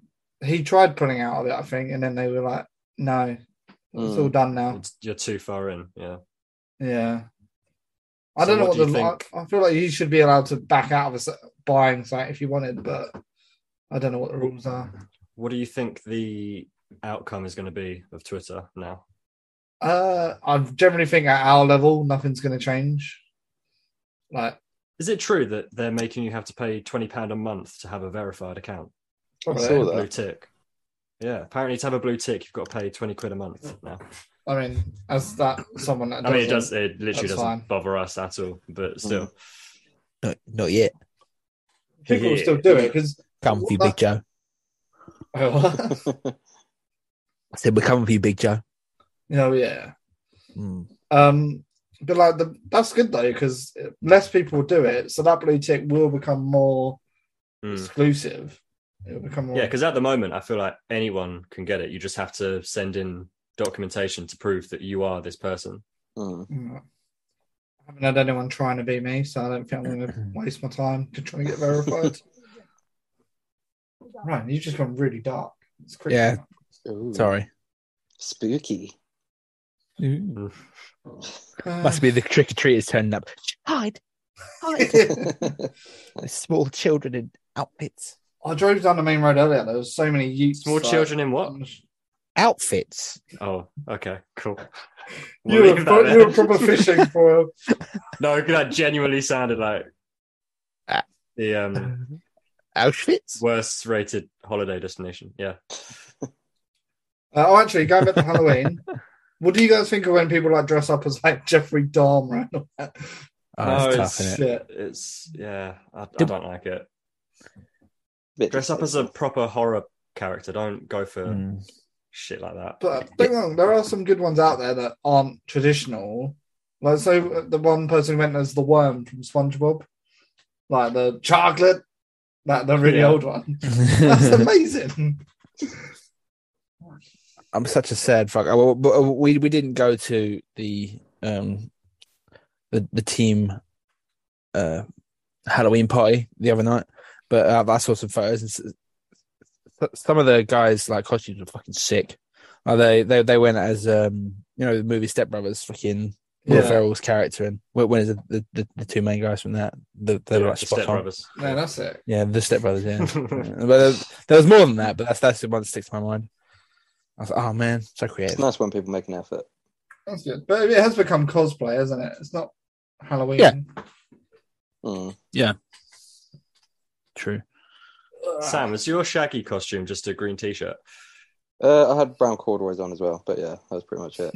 Speaker 1: he tried pulling out of it, I think, and then they were like, "No, it's
Speaker 3: Mm.
Speaker 2: Hmm.
Speaker 1: all done now."
Speaker 2: It's- You're too far in. Yeah.
Speaker 1: Yeah, I
Speaker 2: So
Speaker 1: don't know
Speaker 2: what
Speaker 1: what,
Speaker 2: do you
Speaker 1: the. I-
Speaker 2: think?
Speaker 1: I, feel like you should be allowed to back out of a s- buying site if you wanted, but I don't know what the rules are.
Speaker 2: What do you think the outcome is going to be of Twitter now?
Speaker 1: Uh, I generally think at our level, nothing's going to change. Like,
Speaker 2: Is it true that they're making you have to pay twenty pound a month to have a verified account,
Speaker 1: probably.
Speaker 3: saw
Speaker 2: a
Speaker 3: that.
Speaker 2: blue tick? Yeah, apparently to have a blue tick, you've got to pay twenty quid a month now.
Speaker 1: I mean, as that someone that
Speaker 2: I mean, it
Speaker 1: doesn't-
Speaker 2: does. It literally
Speaker 1: That's
Speaker 2: doesn't
Speaker 1: fine. Mm.
Speaker 2: bother us at all, but still,
Speaker 4: Not, not yet.
Speaker 1: people will
Speaker 2: Yeah.
Speaker 1: still do it because
Speaker 4: Come for you, Big Joe.
Speaker 3: Hmm.
Speaker 1: oh
Speaker 4: I said, we're coming for you, Big Joe.
Speaker 1: yeah.
Speaker 4: Mm.
Speaker 1: Um, but like the, that's good though because less people do it, so that blue tick will become more
Speaker 2: Mm.
Speaker 1: exclusive. It will become more.
Speaker 2: yeah. Because at the moment, I feel like anyone can get it. You just have to send in documentation to prove that you are this person.
Speaker 3: Mm.
Speaker 1: Mm. I haven't had anyone trying to be me, so I don't think I'm going to waste my time to try and get verified. right, you've just gone really dark. It's creepy.
Speaker 4: Yeah.
Speaker 3: Ooh,
Speaker 4: Sorry.
Speaker 3: Spooky.
Speaker 1: Uh,
Speaker 4: Must be the trick or treaters turning up. Hide, hide. There's small children in outfits.
Speaker 1: I drove down the main road earlier. There was so many youths.
Speaker 2: Small
Speaker 1: like-
Speaker 2: children in what?
Speaker 4: Outfits.
Speaker 2: Oh, okay, cool.
Speaker 1: You
Speaker 2: We'll
Speaker 1: were,
Speaker 2: leave
Speaker 1: pro-
Speaker 2: that
Speaker 1: you were
Speaker 2: there.
Speaker 1: proper fishing for. uh,
Speaker 2: No, that genuinely sounded like
Speaker 4: Ah.
Speaker 2: the um,
Speaker 4: Auschwitz.
Speaker 2: worst rated holiday destination. Yeah.
Speaker 1: Uh, oh, actually, going back to Halloween, what do you guys think of when people like dress up as like Jeffrey Dahmer? and all that
Speaker 4: Oh,
Speaker 2: No,
Speaker 4: it's tough,
Speaker 2: it's-
Speaker 4: innit?
Speaker 1: Shit.
Speaker 2: It's, yeah, I, I
Speaker 4: Did-
Speaker 2: don't like it.
Speaker 3: Bit
Speaker 2: Dress up as a proper horror character. Don't go for
Speaker 4: Mm.
Speaker 2: shit like that.
Speaker 1: But don't get me wrong, there are some good ones out there that aren't traditional. Like so, uh, the one person who went as the worm from SpongeBob, like the chocolate, like the really
Speaker 2: Yeah.
Speaker 1: old one. That's amazing.
Speaker 4: I'm such a sad fuck. Oh, well, but, uh, We we didn't go to the um the the team uh Halloween party the other night, but uh, I saw some photos and s- s- some of the guys like costumes were fucking sick. Uh, they they they went as um you know the movie Step Brothers fucking Will
Speaker 1: Yeah.
Speaker 4: Ferrell's character and when when is the, the, the, the two main guys from that the, they were
Speaker 2: Yeah,
Speaker 4: like
Speaker 2: the
Speaker 4: spot on.
Speaker 2: Stepbrothers.
Speaker 1: No, that's it.
Speaker 4: Yeah, the Step Brothers. Yeah, Yeah, but there, there was more than that, but that's that's the one that sticks to my mind. I was like, oh man, so
Speaker 3: It's
Speaker 4: creative.
Speaker 3: nice when people make an effort.
Speaker 1: That's good. But it has become cosplay, hasn't it? It's not Halloween.
Speaker 4: Yeah.
Speaker 3: Mm.
Speaker 4: True.
Speaker 1: Ugh.
Speaker 2: Sam, is your Shaggy costume just a green T-shirt?
Speaker 3: Uh, I had brown corduroys on as well, but yeah, that was pretty much it.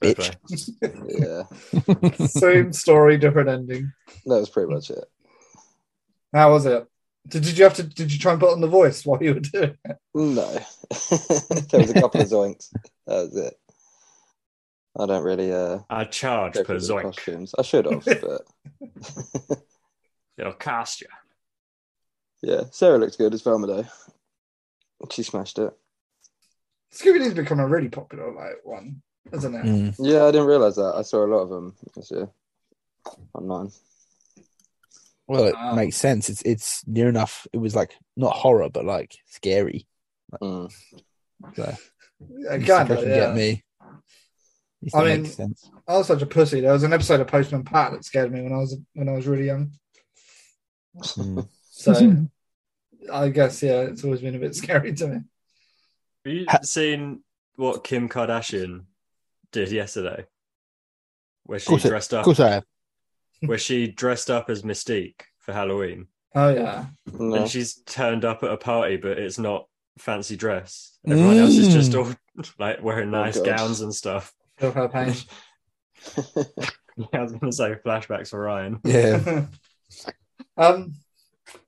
Speaker 2: Fair
Speaker 4: Bitch.
Speaker 2: play.
Speaker 3: yeah,
Speaker 1: Same story, different ending.
Speaker 3: that was pretty much it.
Speaker 1: How was it? Did, did you have to? Did you try and put on the voice while you were doing? it?
Speaker 3: No, there was a couple of zoinks. That was it. I don't really uh
Speaker 2: I charge
Speaker 3: go
Speaker 2: per
Speaker 3: for the
Speaker 2: zoink.
Speaker 3: costumes. I should have, but
Speaker 2: It'll cast you.
Speaker 3: yeah, Sarah looked good as Velma though. She smashed it.
Speaker 1: Scooby Doo's become a really popular like one, isn't it?
Speaker 4: Mm.
Speaker 3: Yeah, I didn't realize that. I saw a lot of them this year online.
Speaker 4: Well, it
Speaker 1: Wow.
Speaker 4: makes sense. It's it's near enough. It was like not horror, but like scary.
Speaker 3: Mm.
Speaker 1: Again,
Speaker 4: If you can
Speaker 1: yeah.
Speaker 4: get me. It
Speaker 1: I
Speaker 4: makes
Speaker 1: mean-
Speaker 4: sense.
Speaker 1: I was such a pussy. There was an episode of Postman Pat that scared me when I was when I was really young.
Speaker 4: Mm.
Speaker 1: So I guess yeah, it's always been a bit scary to me.
Speaker 2: Have you
Speaker 4: Ha-
Speaker 2: seen what Kim Kardashian did yesterday? Where she
Speaker 4: course it-
Speaker 2: dressed
Speaker 4: Of
Speaker 2: up
Speaker 4: course, I have.
Speaker 2: where she dressed up as Mystique for Halloween.
Speaker 1: Oh yeah,
Speaker 3: No.
Speaker 2: and she's turned up at a party, but it's not fancy dress. Everyone else is just all like wearing
Speaker 3: Oh,
Speaker 2: nice
Speaker 3: God.
Speaker 2: gowns and stuff.
Speaker 1: feel her pain.
Speaker 2: I was going to say flashbacks for Ryan.
Speaker 4: Yeah,
Speaker 1: um,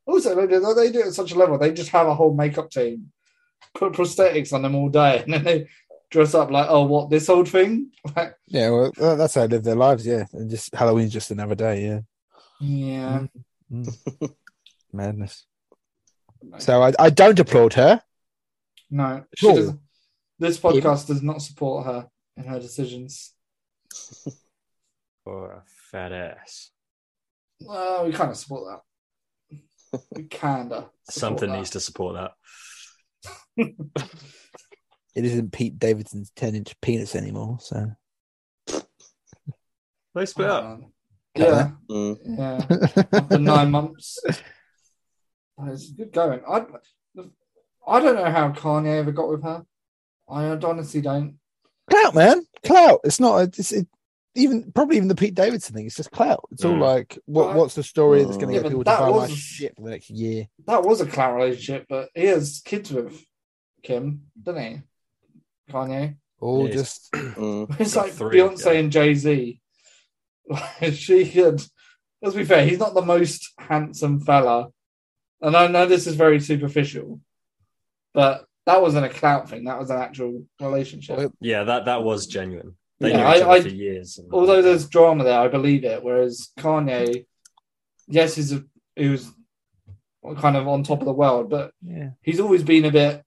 Speaker 1: also, they do, they do it at such a level. They just have a whole makeup team, put prosthetics on them all day, and then they dress up like, oh, what this old thing? Like,
Speaker 4: yeah. Well, well, that's how they live their lives. Yeah, and just Halloween's just another day. Yeah,
Speaker 1: yeah.
Speaker 4: madness. So I, I don't applaud her.
Speaker 1: No, she
Speaker 4: Sure.
Speaker 1: doesn't. This podcast does not support her in her decisions.
Speaker 2: Or a fat ass.
Speaker 1: Well, we kind of support that. We kinda.
Speaker 2: Something needs to support that.
Speaker 4: It isn't Pete Davidson's ten-inch penis anymore. So
Speaker 2: They split up.
Speaker 1: Um, yeah,
Speaker 3: Mm.
Speaker 1: yeah. After nine months, it's good going. I, I don't know how Kanye ever got with her. I honestly don't.
Speaker 4: clout, man, clout. It's not. It's it, even probably even the Pete Davidson thing. It's just clout. It's all
Speaker 2: Mm.
Speaker 4: like, what
Speaker 1: But-
Speaker 4: what's the story that's going to
Speaker 1: Yeah,
Speaker 4: get
Speaker 1: but
Speaker 4: people to
Speaker 1: that
Speaker 4: buy my
Speaker 1: was-
Speaker 4: shit for the next year?
Speaker 1: That was a clout relationship, but he has kids with Kim, doesn't he? Kanye.
Speaker 4: All
Speaker 2: Yes.
Speaker 4: just
Speaker 3: Mm.
Speaker 1: It's
Speaker 2: Got
Speaker 1: like
Speaker 2: three,
Speaker 1: Beyonce
Speaker 2: yeah.
Speaker 1: and Jay Z. she could. Let's be fair. He's not the most handsome fella, and I know this is very superficial, but that wasn't a clout thing. That was an actual relationship.
Speaker 4: Well,
Speaker 2: Yeah, that that was genuine. They
Speaker 1: Yeah,
Speaker 2: knew each
Speaker 1: I-
Speaker 2: other
Speaker 1: I-
Speaker 2: for years. and-
Speaker 1: although there's drama there, I believe it. Whereas Kanye, yes, he's a, he was kind of on top of the world, but
Speaker 4: yeah.
Speaker 1: he's always been a bit.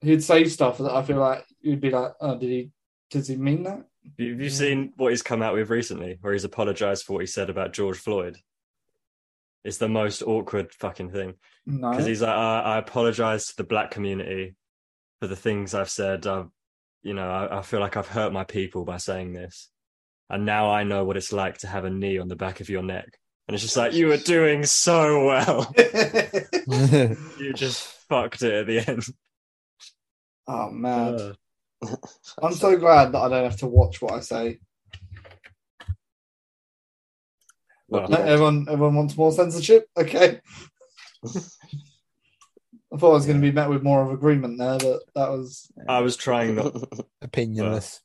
Speaker 1: He'd say stuff that I feel like you'd be like, "Oh, did he? Does he mean that?"
Speaker 2: Have you seen what he's come out with recently, where he's apologized for what he said about George Floyd? It's the most awkward fucking thing
Speaker 1: No.
Speaker 2: because he's like, I, I apologize to the black community for the things I've said. I've, you know, I, I feel like I've hurt my people by saying this, and now I know what it's like to have a knee on the back of your neck. And it's just like you were doing so well, you just fucked it at the end.
Speaker 1: oh man,
Speaker 2: Uh,
Speaker 1: I'm so glad that I don't have to watch what I say.
Speaker 2: well,
Speaker 1: No, everyone, everyone wants more censorship. Okay. I thought I was going to be met with more of agreement there, but that was
Speaker 2: I was trying not
Speaker 4: opinionless.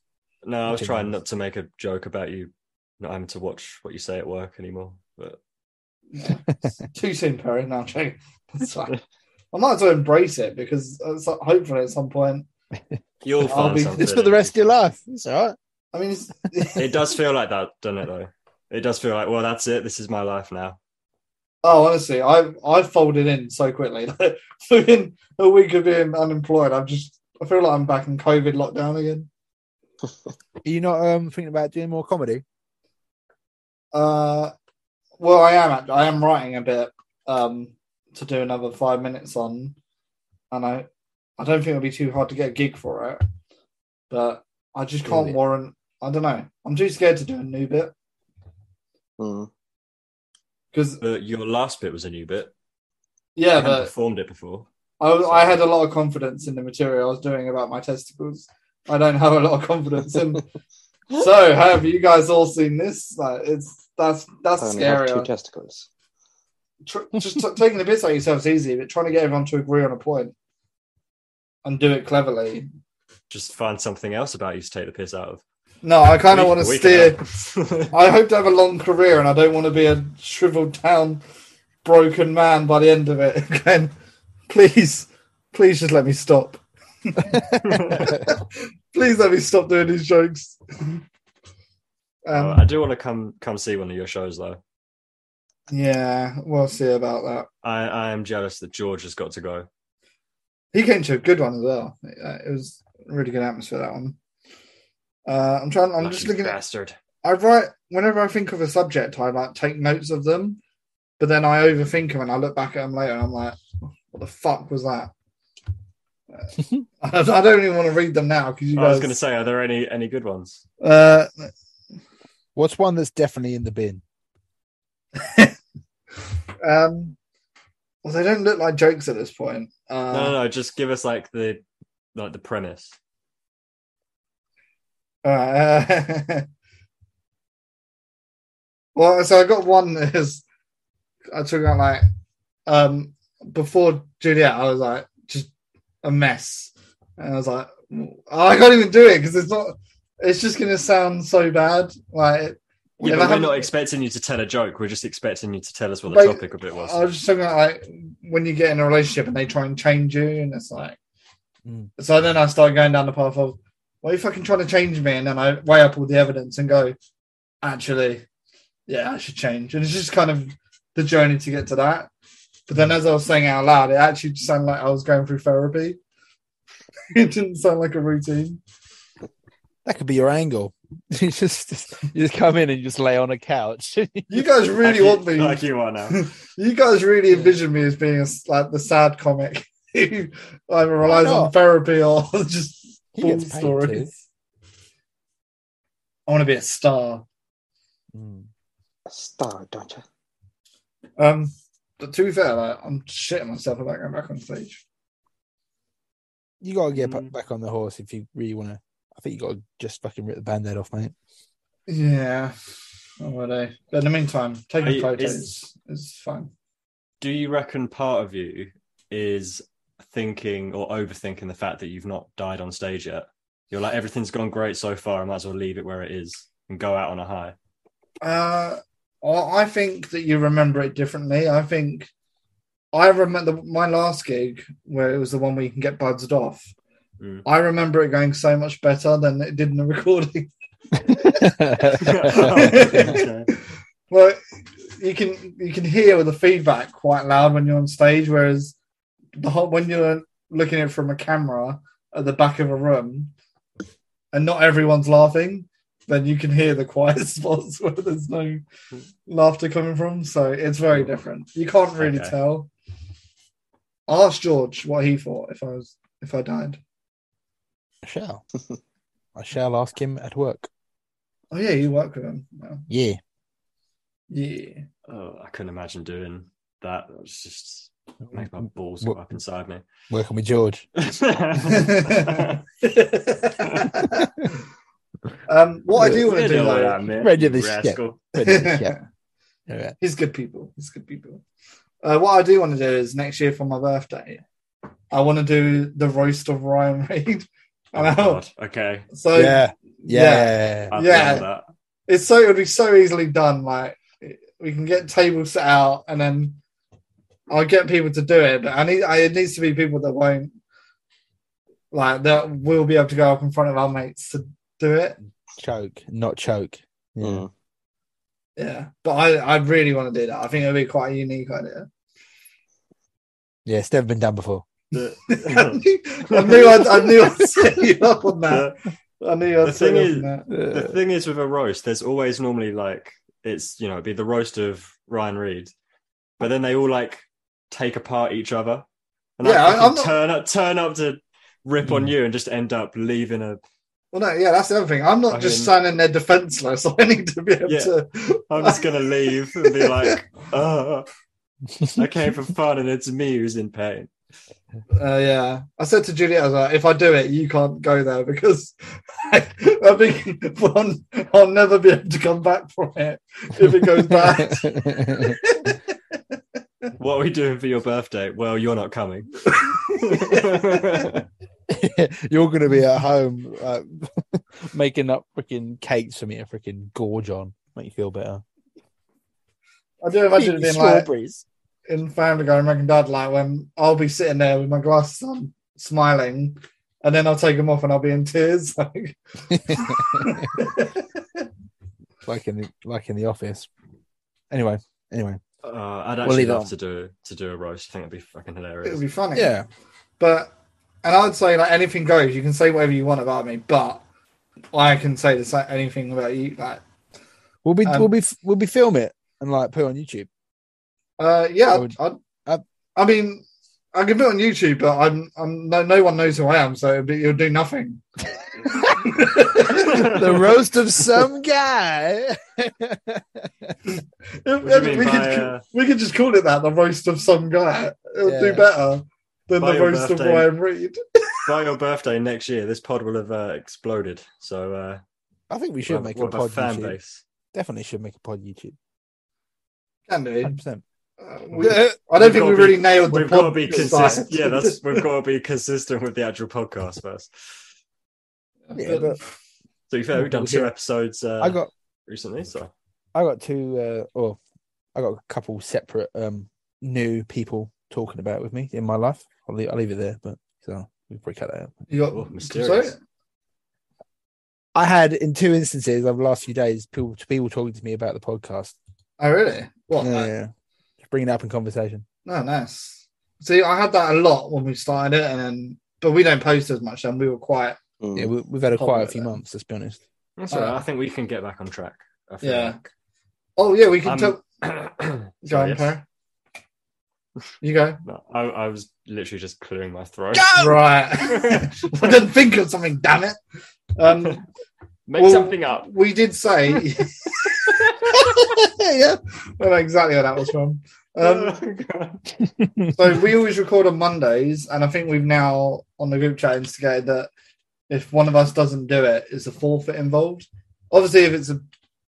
Speaker 2: No, I was
Speaker 4: Okay,
Speaker 2: trying
Speaker 4: nice.
Speaker 2: not to make a joke about you not having to watch what you say at work anymore. But
Speaker 1: Yeah. Too soon, Perry. No, I'm joking. That's fine. I might as well embrace it because it's like, hopefully at some point.
Speaker 2: you'll
Speaker 1: I'll
Speaker 2: find
Speaker 1: be-
Speaker 2: something.
Speaker 4: It's for the rest of your life. It's all right.
Speaker 1: I mean, it's,
Speaker 2: It does feel like that, doesn't it? Though it does feel like, well, that's it. This is my life now.
Speaker 1: oh, honestly, I I folded in so quickly. Like, within a week of being unemployed, I've just I feel like I'm back in COVID lockdown again.
Speaker 4: Are you not um thinking about doing more comedy?
Speaker 1: Uh, well, I am. act- I am writing a bit um to do another five minutes on, and I I don't think it'll be too hard to get a gig for it, but I just can't
Speaker 4: Really?
Speaker 1: warrant. I don't know. I'm too scared to do a new bit
Speaker 3: Mm.
Speaker 1: because
Speaker 2: But your last bit was a new bit.
Speaker 1: yeah,
Speaker 2: you hadn't
Speaker 1: but
Speaker 2: performed it before.
Speaker 1: I, was- I had a lot of confidence in the material I was doing about my testicles. I don't have a lot of confidence in. so, have you guys all seen this? Like, it's that's
Speaker 3: I
Speaker 1: that's
Speaker 3: only have
Speaker 1: scary.
Speaker 3: two testicles.
Speaker 1: Tr- just t- taking the bits out of yourself is easy, but trying to get everyone to agree on a point and do it cleverly.
Speaker 2: Just find something else about you to take the piss out of.
Speaker 1: No, I kind of want to
Speaker 2: We- we
Speaker 1: steer.
Speaker 2: can have-
Speaker 1: I hope to have a long career, and I don't want to be a shriveled down, broken man by the end of it. Again, please, please just let me stop. Please let me stop doing these jokes.
Speaker 2: Oh,
Speaker 1: um,
Speaker 2: I do want to come come see one of your shows though.
Speaker 1: yeah, we'll see about that.
Speaker 2: I, I am jealous that George has got to go.
Speaker 1: He came to a good one as well. Uh, It was a really good atmosphere that one. Uh, I'm trying. I'm
Speaker 2: Lucky
Speaker 1: just looking at.
Speaker 2: bastard.
Speaker 1: I write whenever I think of a subject. I like take notes of them, but then I overthink them and I look back at them later. and I'm like, what the fuck was that? Uh, I don't even want to read them now because you guys.
Speaker 2: I was going to say, are there any any good ones?
Speaker 1: Uh,
Speaker 4: What's one that's definitely in the bin?
Speaker 1: um, well, they don't look like jokes at this point. Uh,
Speaker 2: No, no, no. Just give us like the like the premise.
Speaker 1: Alright, uh, well, so I got one that is I took out like um before Juliet, I was like just a mess, and I was like, "Oh, I can't even do it because it's not. It's just gonna sound so bad. Like
Speaker 2: Yeah,
Speaker 1: Yeah,
Speaker 2: but
Speaker 1: but
Speaker 2: we're
Speaker 1: how-
Speaker 2: not expecting you to tell a joke. We're just expecting you to tell us what the
Speaker 1: Like,
Speaker 2: topic of it was.
Speaker 1: I was just talking about like when you get in a relationship and they try and change you, and it's like.
Speaker 4: Mm.
Speaker 1: So then I started going down the path of, "Why are you fucking trying to change me?" And then I weigh up all the evidence and go, "Actually, yeah, I should change." And it's just kind of the journey to get to that. But then, as I was saying out loud, it actually just sounded like I was going through therapy. it didn't sound like a routine.
Speaker 4: That could be your angle. You just, you just come in and you just lay on a couch.
Speaker 1: You guys
Speaker 2: Like
Speaker 1: really
Speaker 2: you-
Speaker 1: want me.
Speaker 2: like you are now.
Speaker 1: you guys really envision me as being a s like the sad comic. who either relies on
Speaker 4: not?
Speaker 1: therapy or just
Speaker 4: He
Speaker 1: bull
Speaker 4: gets paid
Speaker 1: stories. I want to be a star.
Speaker 4: Mm.
Speaker 3: A star, don't you?
Speaker 1: Um, but to be fair, like, I'm shitting myself about going back on stage.
Speaker 4: You gotta get
Speaker 2: Mm.
Speaker 4: back on the horse if you really want to. I think you gotta just fucking rip the band-aid off, mate.
Speaker 1: Yeah. Oh, were they? But in the meantime,
Speaker 2: Are
Speaker 1: taking
Speaker 2: you-
Speaker 1: photos
Speaker 2: is-
Speaker 1: is, fine.
Speaker 2: Do you reckon part of you is thinking or overthinking the fact that you've not died on stage yet? You're like, everything's gone great so far. I might as well leave it where it is and go out on a high.
Speaker 1: Uh, I I think that you remember it differently. I think I remember my last gig where it was the one where you can get buzzed off.
Speaker 2: Mm.
Speaker 1: I remember it going so much better than it did in the recording.
Speaker 2: Oh, Okay.
Speaker 1: Well, you can you can hear the feedback quite loud when you're on stage, whereas the whole, when you're looking at it from a camera at the back of a room, and not everyone's laughing, then you can hear the quiet spots where there's no laughter coming from. So it's very different. You can't really
Speaker 2: Okay.
Speaker 1: tell. Ask George what he thought if I was if I died.
Speaker 4: I shall. I shall ask him at work.
Speaker 1: Oh yeah, you work with him. now.
Speaker 4: Yeah.
Speaker 1: Yeah.
Speaker 2: Oh, I couldn't imagine doing that. It was just make my balls
Speaker 4: Wo-
Speaker 2: go up inside me.
Speaker 4: Working with George.
Speaker 1: um, what I do
Speaker 2: You
Speaker 1: want to do
Speaker 2: know what I
Speaker 1: though.
Speaker 2: meant,
Speaker 4: Ready
Speaker 2: you
Speaker 4: this step.
Speaker 2: rascal.
Speaker 4: yeah. All right.
Speaker 1: He's good people. He's good people. Uh, what I do want to do is next year for my birthday, I want to do the roast of Ryan Reid.
Speaker 2: Oh,
Speaker 1: And I'll-
Speaker 2: God. Okay.
Speaker 1: so
Speaker 4: yeah.
Speaker 1: yeah.
Speaker 4: Yeah.
Speaker 2: I've
Speaker 1: Yeah.
Speaker 2: done that.
Speaker 1: it's so it would be so easily done. Like we can get tables set out, and then I'll get people to do it. But I need I, it needs to be people that won't like that will be able to go up in front of our mates to do it.
Speaker 4: Choke, not choke. Yeah.
Speaker 3: Mm.
Speaker 1: Yeah, but I I really want to do that. I think it'd be quite a unique idea.
Speaker 4: Yeah, it's never been done before.
Speaker 1: I
Speaker 2: The,
Speaker 1: knew I knew I'd, I knew I'd set you up on that. I knew I'd
Speaker 2: The
Speaker 1: set you
Speaker 2: thing
Speaker 1: up on that.
Speaker 2: is- the thing is with a roast, there's always normally like it's you know it'd be the roast of Ryan Reed, but then they all like take apart each other, and
Speaker 1: Yeah,
Speaker 2: I
Speaker 1: I-
Speaker 2: fucking
Speaker 1: I'm not- Hmm.
Speaker 2: turn up turn up to rip on
Speaker 4: Mm.
Speaker 2: you and just end up leaving a.
Speaker 1: Well, no, yeah, that's the other thing. I'm not
Speaker 2: I
Speaker 1: just
Speaker 2: mean-
Speaker 1: standing there defenseless. I need to be able
Speaker 2: Yeah.
Speaker 1: to.
Speaker 2: I'm just gonna leave and be like, oh, I came for fun, and it's me who's in pain.
Speaker 1: Uh, yeah, I said to Juliet, I was like, if I do it, you can't go there because I think I'll, I'll never be able to come back from it if it goes bad.
Speaker 2: What are we doing for your birthday? Well, you're not coming.
Speaker 4: You're going to be at home uh, making up freaking cakes for me to freaking gorge on. Make you feel better.
Speaker 1: I do imagine it being like
Speaker 4: Strawberries.
Speaker 1: in Family Guy, American Dad, like when I'll be sitting there with my glasses on, smiling, and then I'll take them off and I'll be in tears. Like,
Speaker 4: like in the like in the office. Anyway, anyway,
Speaker 2: Uh, I'd
Speaker 4: We'll
Speaker 2: actually
Speaker 4: leave it on.
Speaker 2: love to do to do a roast. I think it'd be fucking hilarious.
Speaker 1: it'll be funny.
Speaker 4: yeah,
Speaker 1: But and I would say like anything goes. You can say whatever you want about me, but I can say the sa anything about you. Like,
Speaker 4: we'll be
Speaker 1: Um,
Speaker 4: we'll be we'll be film it and like put it on YouTube.
Speaker 1: uh, yeah,
Speaker 4: I
Speaker 1: I,
Speaker 4: would-
Speaker 1: I,
Speaker 4: I-
Speaker 1: I mean, I can put it on YouTube, but I'm, I'm no, no one knows who I am, so it'll, be, it'll do nothing.
Speaker 4: the roast of some guy.
Speaker 2: do you mean
Speaker 1: we
Speaker 2: by,
Speaker 1: could
Speaker 2: uh,
Speaker 1: we could just call it that the roast of some guy. It'll
Speaker 4: Yeah.
Speaker 1: do better than
Speaker 2: By
Speaker 1: the
Speaker 2: your
Speaker 1: roast
Speaker 2: birthday.
Speaker 1: of Ryan Reed.
Speaker 2: By your birthday next year, this pod will have uh, exploded. So uh,
Speaker 4: I think we should
Speaker 2: we'll
Speaker 4: make
Speaker 2: we'll
Speaker 4: a pod
Speaker 2: fan
Speaker 4: YouTube.
Speaker 2: base.
Speaker 4: Definitely should make a pod YouTube.
Speaker 1: Can do.
Speaker 4: Hundred percent.
Speaker 1: Uh, we- I don't
Speaker 2: We've
Speaker 1: think we
Speaker 2: gotta
Speaker 1: really
Speaker 2: be-
Speaker 1: nailed the
Speaker 2: We've got to
Speaker 1: pod
Speaker 2: be
Speaker 1: side.
Speaker 2: consistent. Yeah, that's we've got to be consistent with the actual podcast first.
Speaker 4: Yeah, but
Speaker 2: To be fair, we've done two
Speaker 4: Yeah.
Speaker 2: episodes uh,
Speaker 4: I got
Speaker 2: recently, so
Speaker 4: I got two. Uh, well, I got a couple separate um new people talking about it with me in my life. I'll leave, I'll leave it there, but so we probably cut that out.
Speaker 1: you got
Speaker 2: oh,
Speaker 1: sorry?
Speaker 2: mysterious.
Speaker 4: I had in two instances over the last few days people people talking to me about the podcast.
Speaker 1: Oh really? What?
Speaker 4: Yeah, yeah. Just bringing it up in conversation.
Speaker 1: No, nice. See, I had that a lot when we started it, and then but we don't post as much, and we were quiet.
Speaker 3: Mm.
Speaker 4: Yeah, we, we've had a
Speaker 1: Probably
Speaker 4: quiet few
Speaker 1: then.
Speaker 4: months. Let's be honest.
Speaker 2: That's
Speaker 4: Uh,
Speaker 2: all right. I think we can get back on track. I feel
Speaker 1: Yeah. Oh yeah, we can
Speaker 2: Um,
Speaker 1: tell.
Speaker 2: like.
Speaker 1: Go
Speaker 2: Sorry,
Speaker 1: on,
Speaker 2: yes.
Speaker 1: Per. You go.
Speaker 2: No, I, I was literally just clearing my throat.
Speaker 4: Go!
Speaker 1: Right. I didn't think of something, damn it. Um,
Speaker 2: Make
Speaker 1: Well-
Speaker 2: something up.
Speaker 1: we did say. yeah. I don't know exactly where that was from. Um,
Speaker 2: Oh, God.
Speaker 1: so we always record on Mondays, and I think we've now on the group chat instigated that if one of us doesn't do it, is a forfeit involved? Obviously, if it's a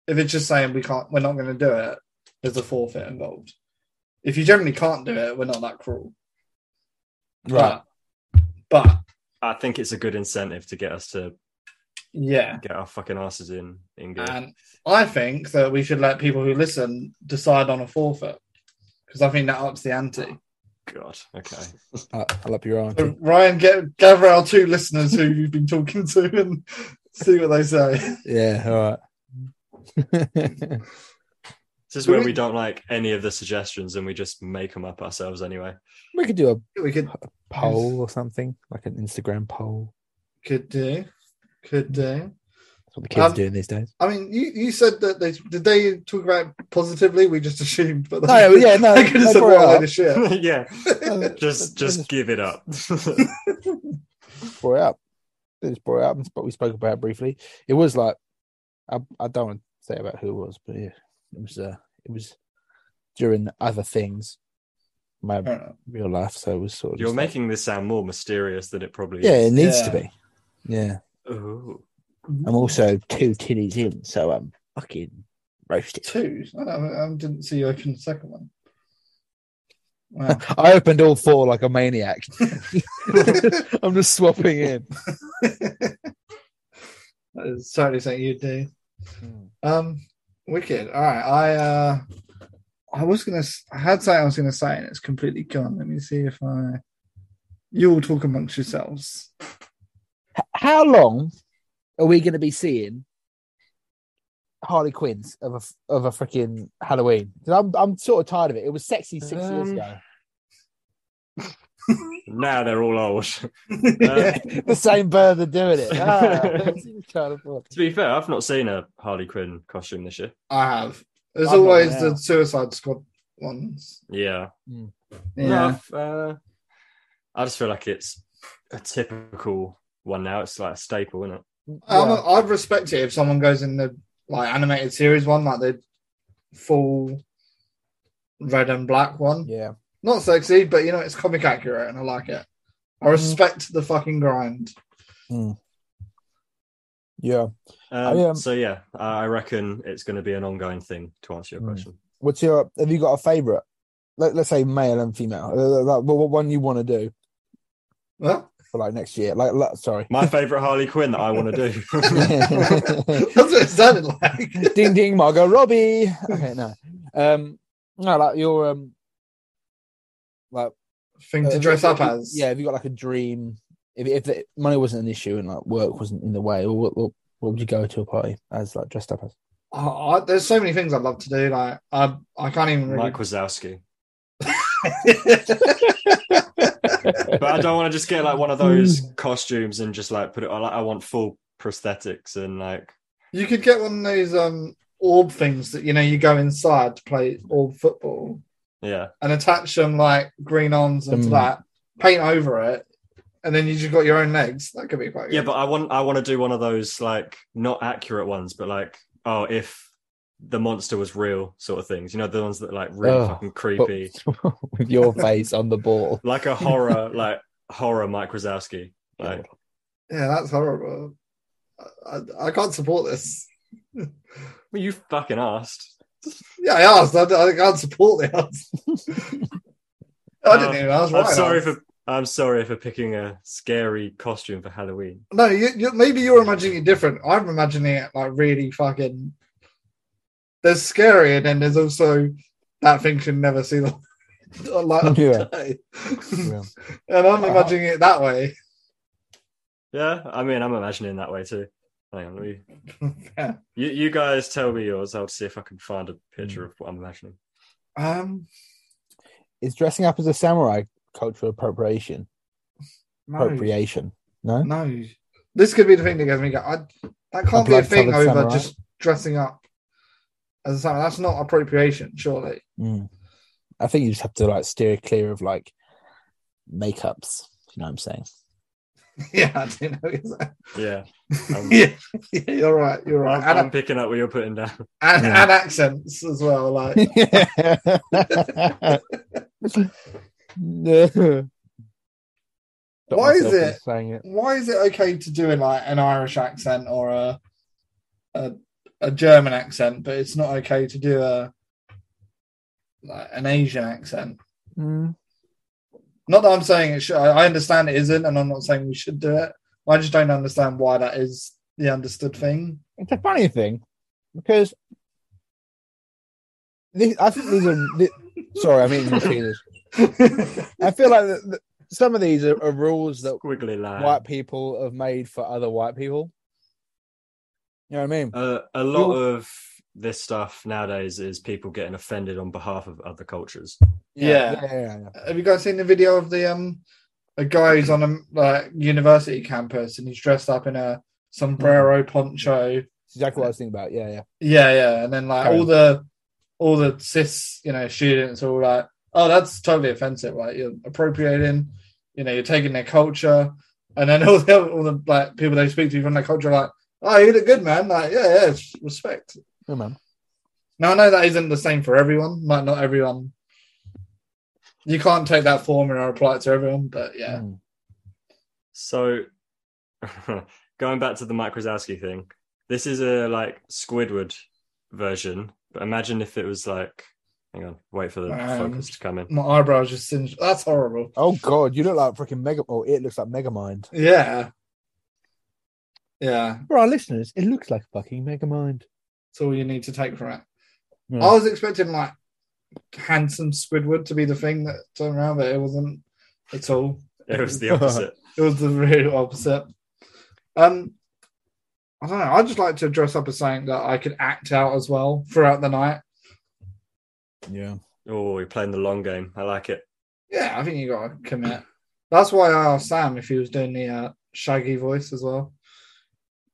Speaker 1: if it's just saying we can't, we're not going to do it, there's a forfeit involved. If you generally can't do it, we're not that cruel,
Speaker 4: Right.
Speaker 1: But, but
Speaker 2: I think it's a good incentive to get us to
Speaker 1: yeah,
Speaker 2: get our fucking asses in. in gear.
Speaker 1: and I think that we should let people who listen decide on a forfeit because I think that ups the ante.
Speaker 2: God. Okay.
Speaker 4: I, I'll up your
Speaker 1: So
Speaker 4: arm.
Speaker 1: Ryan, get gather our two listeners who you've been talking to and see what they say.
Speaker 4: Yeah, all right.
Speaker 2: This is
Speaker 1: Do
Speaker 2: where
Speaker 1: we-
Speaker 2: we don't like any of the suggestions and we just make them up ourselves anyway.
Speaker 4: we could do a
Speaker 1: We could
Speaker 4: poll or something, like an Instagram poll.
Speaker 1: could do, could do.
Speaker 4: That's what the kids
Speaker 1: Um,
Speaker 4: are doing these days.
Speaker 1: I mean, you, you said that they did they talk about it positively. We just assumed, but
Speaker 4: No, yeah, no,
Speaker 1: they could
Speaker 4: they
Speaker 1: have said
Speaker 4: brought it
Speaker 1: what a
Speaker 4: up.
Speaker 1: load of shit.
Speaker 2: yeah.
Speaker 4: No,
Speaker 2: Just
Speaker 4: they
Speaker 2: just give it up.
Speaker 4: just brought it up. They just brought it up, but we spoke about it briefly. It was like I, I don't want to say about who it was, but yeah, it was uh, it was during other things, my
Speaker 1: I don't know.
Speaker 4: real life. So it was sort of
Speaker 2: You're
Speaker 4: just like-
Speaker 2: making this sound more mysterious than it probably
Speaker 4: yeah, it
Speaker 2: is.
Speaker 4: needs to
Speaker 1: Yeah.
Speaker 4: be. Yeah,
Speaker 2: Ooh.
Speaker 4: I'm also two tinnies in, so I'm fucking roasted.
Speaker 1: two. I, don't, I didn't see you open the second one. Wow.
Speaker 4: I opened all four like a maniac. I'm just swapping in.
Speaker 1: That is totally something you'd do.
Speaker 4: Hmm.
Speaker 1: Um, wicked. All right. I uh, I was gonna. s- I had something I was gonna say, and it's completely gone. Let me see if I. You all talk amongst yourselves.
Speaker 4: How long are we going to be seeing Harley Quinn's of a of a freaking Halloween? 'Cause I'm I'm sort of tired of it. It was sexy six years
Speaker 2: Um,
Speaker 4: ago.
Speaker 2: Now they're all old. Um,
Speaker 1: Yeah.
Speaker 4: the same bird are doing it. Ah, that's kind of fun.
Speaker 2: To be fair, I've not seen a Harley Quinn costume this year.
Speaker 1: I have. There's
Speaker 4: I've not
Speaker 1: always
Speaker 4: been
Speaker 1: the
Speaker 4: out.
Speaker 1: Suicide Squad ones.
Speaker 2: Yeah.
Speaker 1: Yeah.
Speaker 2: No, I've, uh, I just feel like it's a typical one now. It's like a staple, isn't it?
Speaker 1: I'm
Speaker 4: Yeah.
Speaker 1: a, I'd respect it if someone goes in the like animated series one, like the full red and black one.
Speaker 4: yeah.
Speaker 1: Not sexy, but you know it's comic accurate, and I like it.
Speaker 4: Mm-hmm.
Speaker 1: I respect the fucking grind.
Speaker 4: Yeah.
Speaker 2: Um,
Speaker 4: I, um,
Speaker 2: So yeah, I I reckon it's going to be an ongoing thing. To answer your
Speaker 4: Hmm.
Speaker 2: question,
Speaker 4: What's your? Have you got a favorite? Let, let's say male and female. Uh, Like, what, what one you want to do
Speaker 1: Well,
Speaker 4: for like next year? Like, like sorry.
Speaker 2: my favorite Harley Quinn that I want to do.
Speaker 1: that's what it sounded like.
Speaker 4: ding ding Margot Robbie. Okay, no. Um no, like your um like
Speaker 1: Thing to
Speaker 4: uh,
Speaker 1: dress up
Speaker 4: if-
Speaker 1: as.
Speaker 4: Yeah, have you got like a dream if if the money wasn't an issue and like work wasn't in the way, or what what, what would you go to a party as like dressed up as?
Speaker 1: I, I, there's so many things I'd love to do. Like I, I can't even really.
Speaker 2: Mike Wazowski, but I don't want to just get like one of those costumes and just like put it. on. Like, I want full prosthetics and like
Speaker 1: you could get one of those um orb things that you know you go inside to play orb football.
Speaker 2: yeah.
Speaker 1: and attach them like green arms onto
Speaker 4: Mm.
Speaker 1: that, paint over it, and then you just got your own legs. That could be quite
Speaker 2: Yeah,
Speaker 1: good.
Speaker 2: but I want I want to do one of those like not accurate ones, but like oh, if the monster was real, sort of things. You know, the ones that like really
Speaker 4: Oh,
Speaker 2: fucking
Speaker 4: But-
Speaker 2: creepy,
Speaker 4: with your face on the ball.
Speaker 2: like a horror, like horror Mike Wazowski. Like,
Speaker 1: yeah, that's horrible. I, I, I can't support this.
Speaker 2: well, you fucking asked.
Speaker 1: Yeah, I asked. I, I can't support this. I didn't
Speaker 2: Uh,
Speaker 1: even ask.
Speaker 2: I'm
Speaker 1: Ryan
Speaker 2: sorry
Speaker 1: asked.
Speaker 2: for I'm sorry for picking a scary costume for Halloween.
Speaker 1: No, you, you, maybe you're imagining it different. I'm imagining it like really fucking. There's scary, and then there's also that thing should never see the light of
Speaker 4: Yeah.
Speaker 1: day.
Speaker 4: Yeah. Uh-huh.
Speaker 1: and I'm imagining it that way.
Speaker 2: Yeah, I mean, I'm imagining that way too. Hang on, let me-
Speaker 1: Yeah.
Speaker 2: you you guys tell me yours. I'll see if I can find a picture of what I'm imagining.
Speaker 1: Um,
Speaker 4: Is dressing up as a samurai cultural appropriation?
Speaker 1: no,
Speaker 4: Appropriation. No?
Speaker 1: no, this could be the thing that gets me. Go, I, that can't
Speaker 4: A
Speaker 1: be a
Speaker 4: blood-covered
Speaker 1: thing over
Speaker 4: samurai.
Speaker 1: just dressing up as a samurai. That's not appropriation, surely.
Speaker 4: Mm. I think you just have to like steer clear of like makeups. if You know what I'm saying?
Speaker 1: yeah, I didn't know. that.
Speaker 2: Yeah, Um,
Speaker 1: yeah, yeah, you're right. You're right.
Speaker 2: I'm,
Speaker 1: And,
Speaker 2: I'm picking up what you're putting down.
Speaker 1: and,
Speaker 4: Yeah.
Speaker 1: and accents as well. Like,
Speaker 4: Got
Speaker 1: Why is
Speaker 4: myself in
Speaker 1: it-
Speaker 4: Saying it.
Speaker 1: why is it okay to do like an Irish accent or a a, a German accent, but it's not okay to do a like an Asian accent?
Speaker 4: Mm.
Speaker 1: Not that I'm saying it should. I I understand it isn't, and I'm not saying we should do it. I just don't understand why that is the understood thing.
Speaker 4: It's a funny thing because this, I think these are. thi- sorry, I mean, this. I feel like that that some of these are, are rules that
Speaker 2: Squiggly line.
Speaker 4: white people have made for other white people. You know what I mean?
Speaker 2: Uh, a lot
Speaker 4: You're-
Speaker 2: of this stuff nowadays is people getting offended on behalf of other cultures.
Speaker 1: Yeah.
Speaker 4: yeah, yeah, yeah.
Speaker 1: Have you guys seen the video of the um a guy who's on a like university campus and he's dressed up in a sombrero poncho?
Speaker 4: It's exactly what I was thinking about. Yeah, yeah.
Speaker 1: Yeah, yeah. And then like all the all the cis, you know, students are all like, Oh, that's totally offensive. Like you're appropriating, you know, you're taking their culture. And then all the all the like people they speak to from their culture are like, Oh, you look good, man. Like, yeah, yeah, it's respect.
Speaker 4: Yeah, man.
Speaker 1: Now I know that isn't the same for everyone. Like not everyone you can't take that formula and apply it to everyone, but yeah.
Speaker 4: Mm.
Speaker 2: So, going back to the Mike Wazowski thing, this is a like Squidward version. But imagine if it was like, hang on, wait for the
Speaker 1: Um,
Speaker 2: focus to come in.
Speaker 1: My eyebrows just singed. That's horrible.
Speaker 4: Oh god, you look like freaking mega. Oh, it looks like Megamind.
Speaker 1: Yeah. Yeah.
Speaker 4: For our listeners, it looks like fucking Megamind.
Speaker 1: That's all you need to take from it.
Speaker 4: Yeah.
Speaker 1: I was expecting like handsome Squidward to be the thing that turned around, but it wasn't at all.
Speaker 2: It was the opposite.
Speaker 1: It was the real opposite. Um I don't know. I just like to dress up as something that I could act out as well throughout the night.
Speaker 4: Yeah.
Speaker 2: oh, you're playing the long game. I like it.
Speaker 1: Yeah, I think you gotta commit. That's why I asked Sam if he was doing the uh, Shaggy voice as well.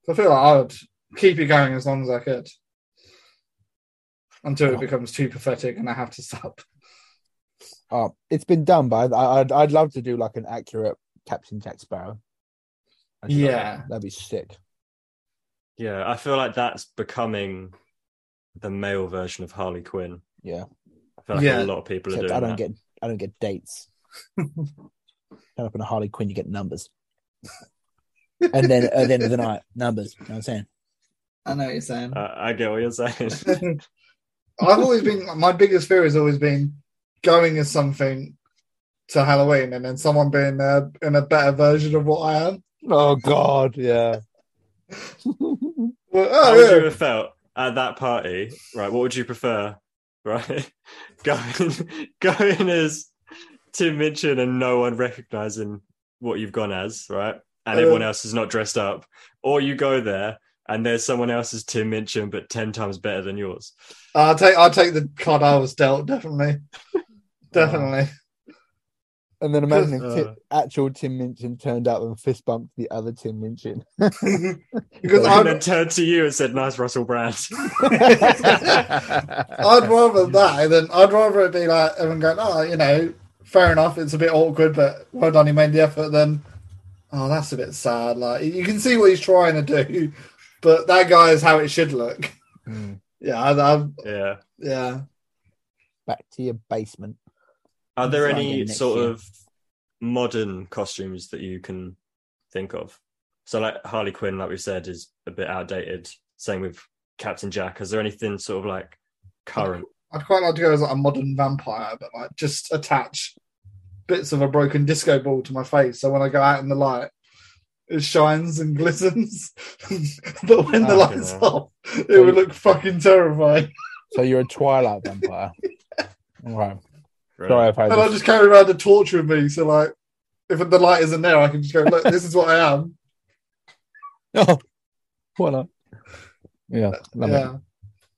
Speaker 1: I feel like I would keep it going as long as I could until it becomes too pathetic and I have to stop.
Speaker 4: Oh, it's been done, but I, I'd I'd love to do like an accurate Captain Jack Sparrow. I should-
Speaker 1: Yeah.
Speaker 4: that'd be sick.
Speaker 2: Yeah, I feel like that's becoming the male version of Harley Quinn.
Speaker 4: Yeah.
Speaker 2: I feel like
Speaker 1: Yeah.
Speaker 2: a lot of people are
Speaker 4: Except
Speaker 2: doing
Speaker 4: I
Speaker 2: that.
Speaker 4: don't get I don't get dates. Turn up in a Harley Quinn, you get numbers, and then at the end of the night, numbers. You know what I'm saying?
Speaker 1: I know what you're saying.
Speaker 2: I, I get what you're saying.
Speaker 1: I've always been my biggest fear has always been going as something to Halloween and then someone being there in a better version of what I am.
Speaker 4: Oh God, yeah.
Speaker 1: Well,
Speaker 2: How
Speaker 1: oh,
Speaker 2: would
Speaker 1: yeah.
Speaker 2: you have felt at that party? Right, what would you prefer? Right, going going as Tim Minchin and no one recognizing what you've gone as, right? And
Speaker 1: Uh,
Speaker 2: everyone else is not dressed up, or you go there and there's someone else's Tim Minchin, but ten times better than yours.
Speaker 1: I'll take I'll take the card I was dealt, definitely. definitely.
Speaker 4: and then imagine if
Speaker 2: Uh.
Speaker 4: Ti- actual Tim Minchin turned up and fist bumped the other Tim Minchin.
Speaker 1: because
Speaker 2: And
Speaker 1: I'd,
Speaker 2: then turned to you and said, "Nice, Russell Brand."
Speaker 4: Oh.
Speaker 1: I'd rather that than I'd rather it be like everyone going, oh, you know, fair enough, it's a bit awkward, but well done, he made the effort. Than oh, that's a bit sad. Like you can see what he's trying to do, but that guy is how it should look.
Speaker 4: Mm.
Speaker 1: Yeah, I, I,
Speaker 2: yeah.
Speaker 1: yeah.
Speaker 4: Back to your basement.
Speaker 2: Are there
Speaker 4: Try
Speaker 2: any
Speaker 4: again next
Speaker 2: sort
Speaker 4: year.
Speaker 2: of modern costumes that you can think of? So, like Harley Quinn, like we said, is a bit outdated. Same with Captain Jack. Is there anything sort of like current?
Speaker 1: I'd quite like to go as like a modern vampire, but like just attach bits of a broken disco ball to my face, so when I go out in the light, it shines and glistens. but when
Speaker 4: Ah,
Speaker 1: the
Speaker 2: Fucking
Speaker 1: lights off,
Speaker 2: hell.
Speaker 1: it would look fucking terrifying.
Speaker 4: So you're a Twilight vampire. Okay. Sorry if I
Speaker 1: And I just carry around a torch with me, so like if the light isn't there, I can just go, look, this is what I am.
Speaker 4: Oh, why not? Yeah, love it.
Speaker 1: Yeah.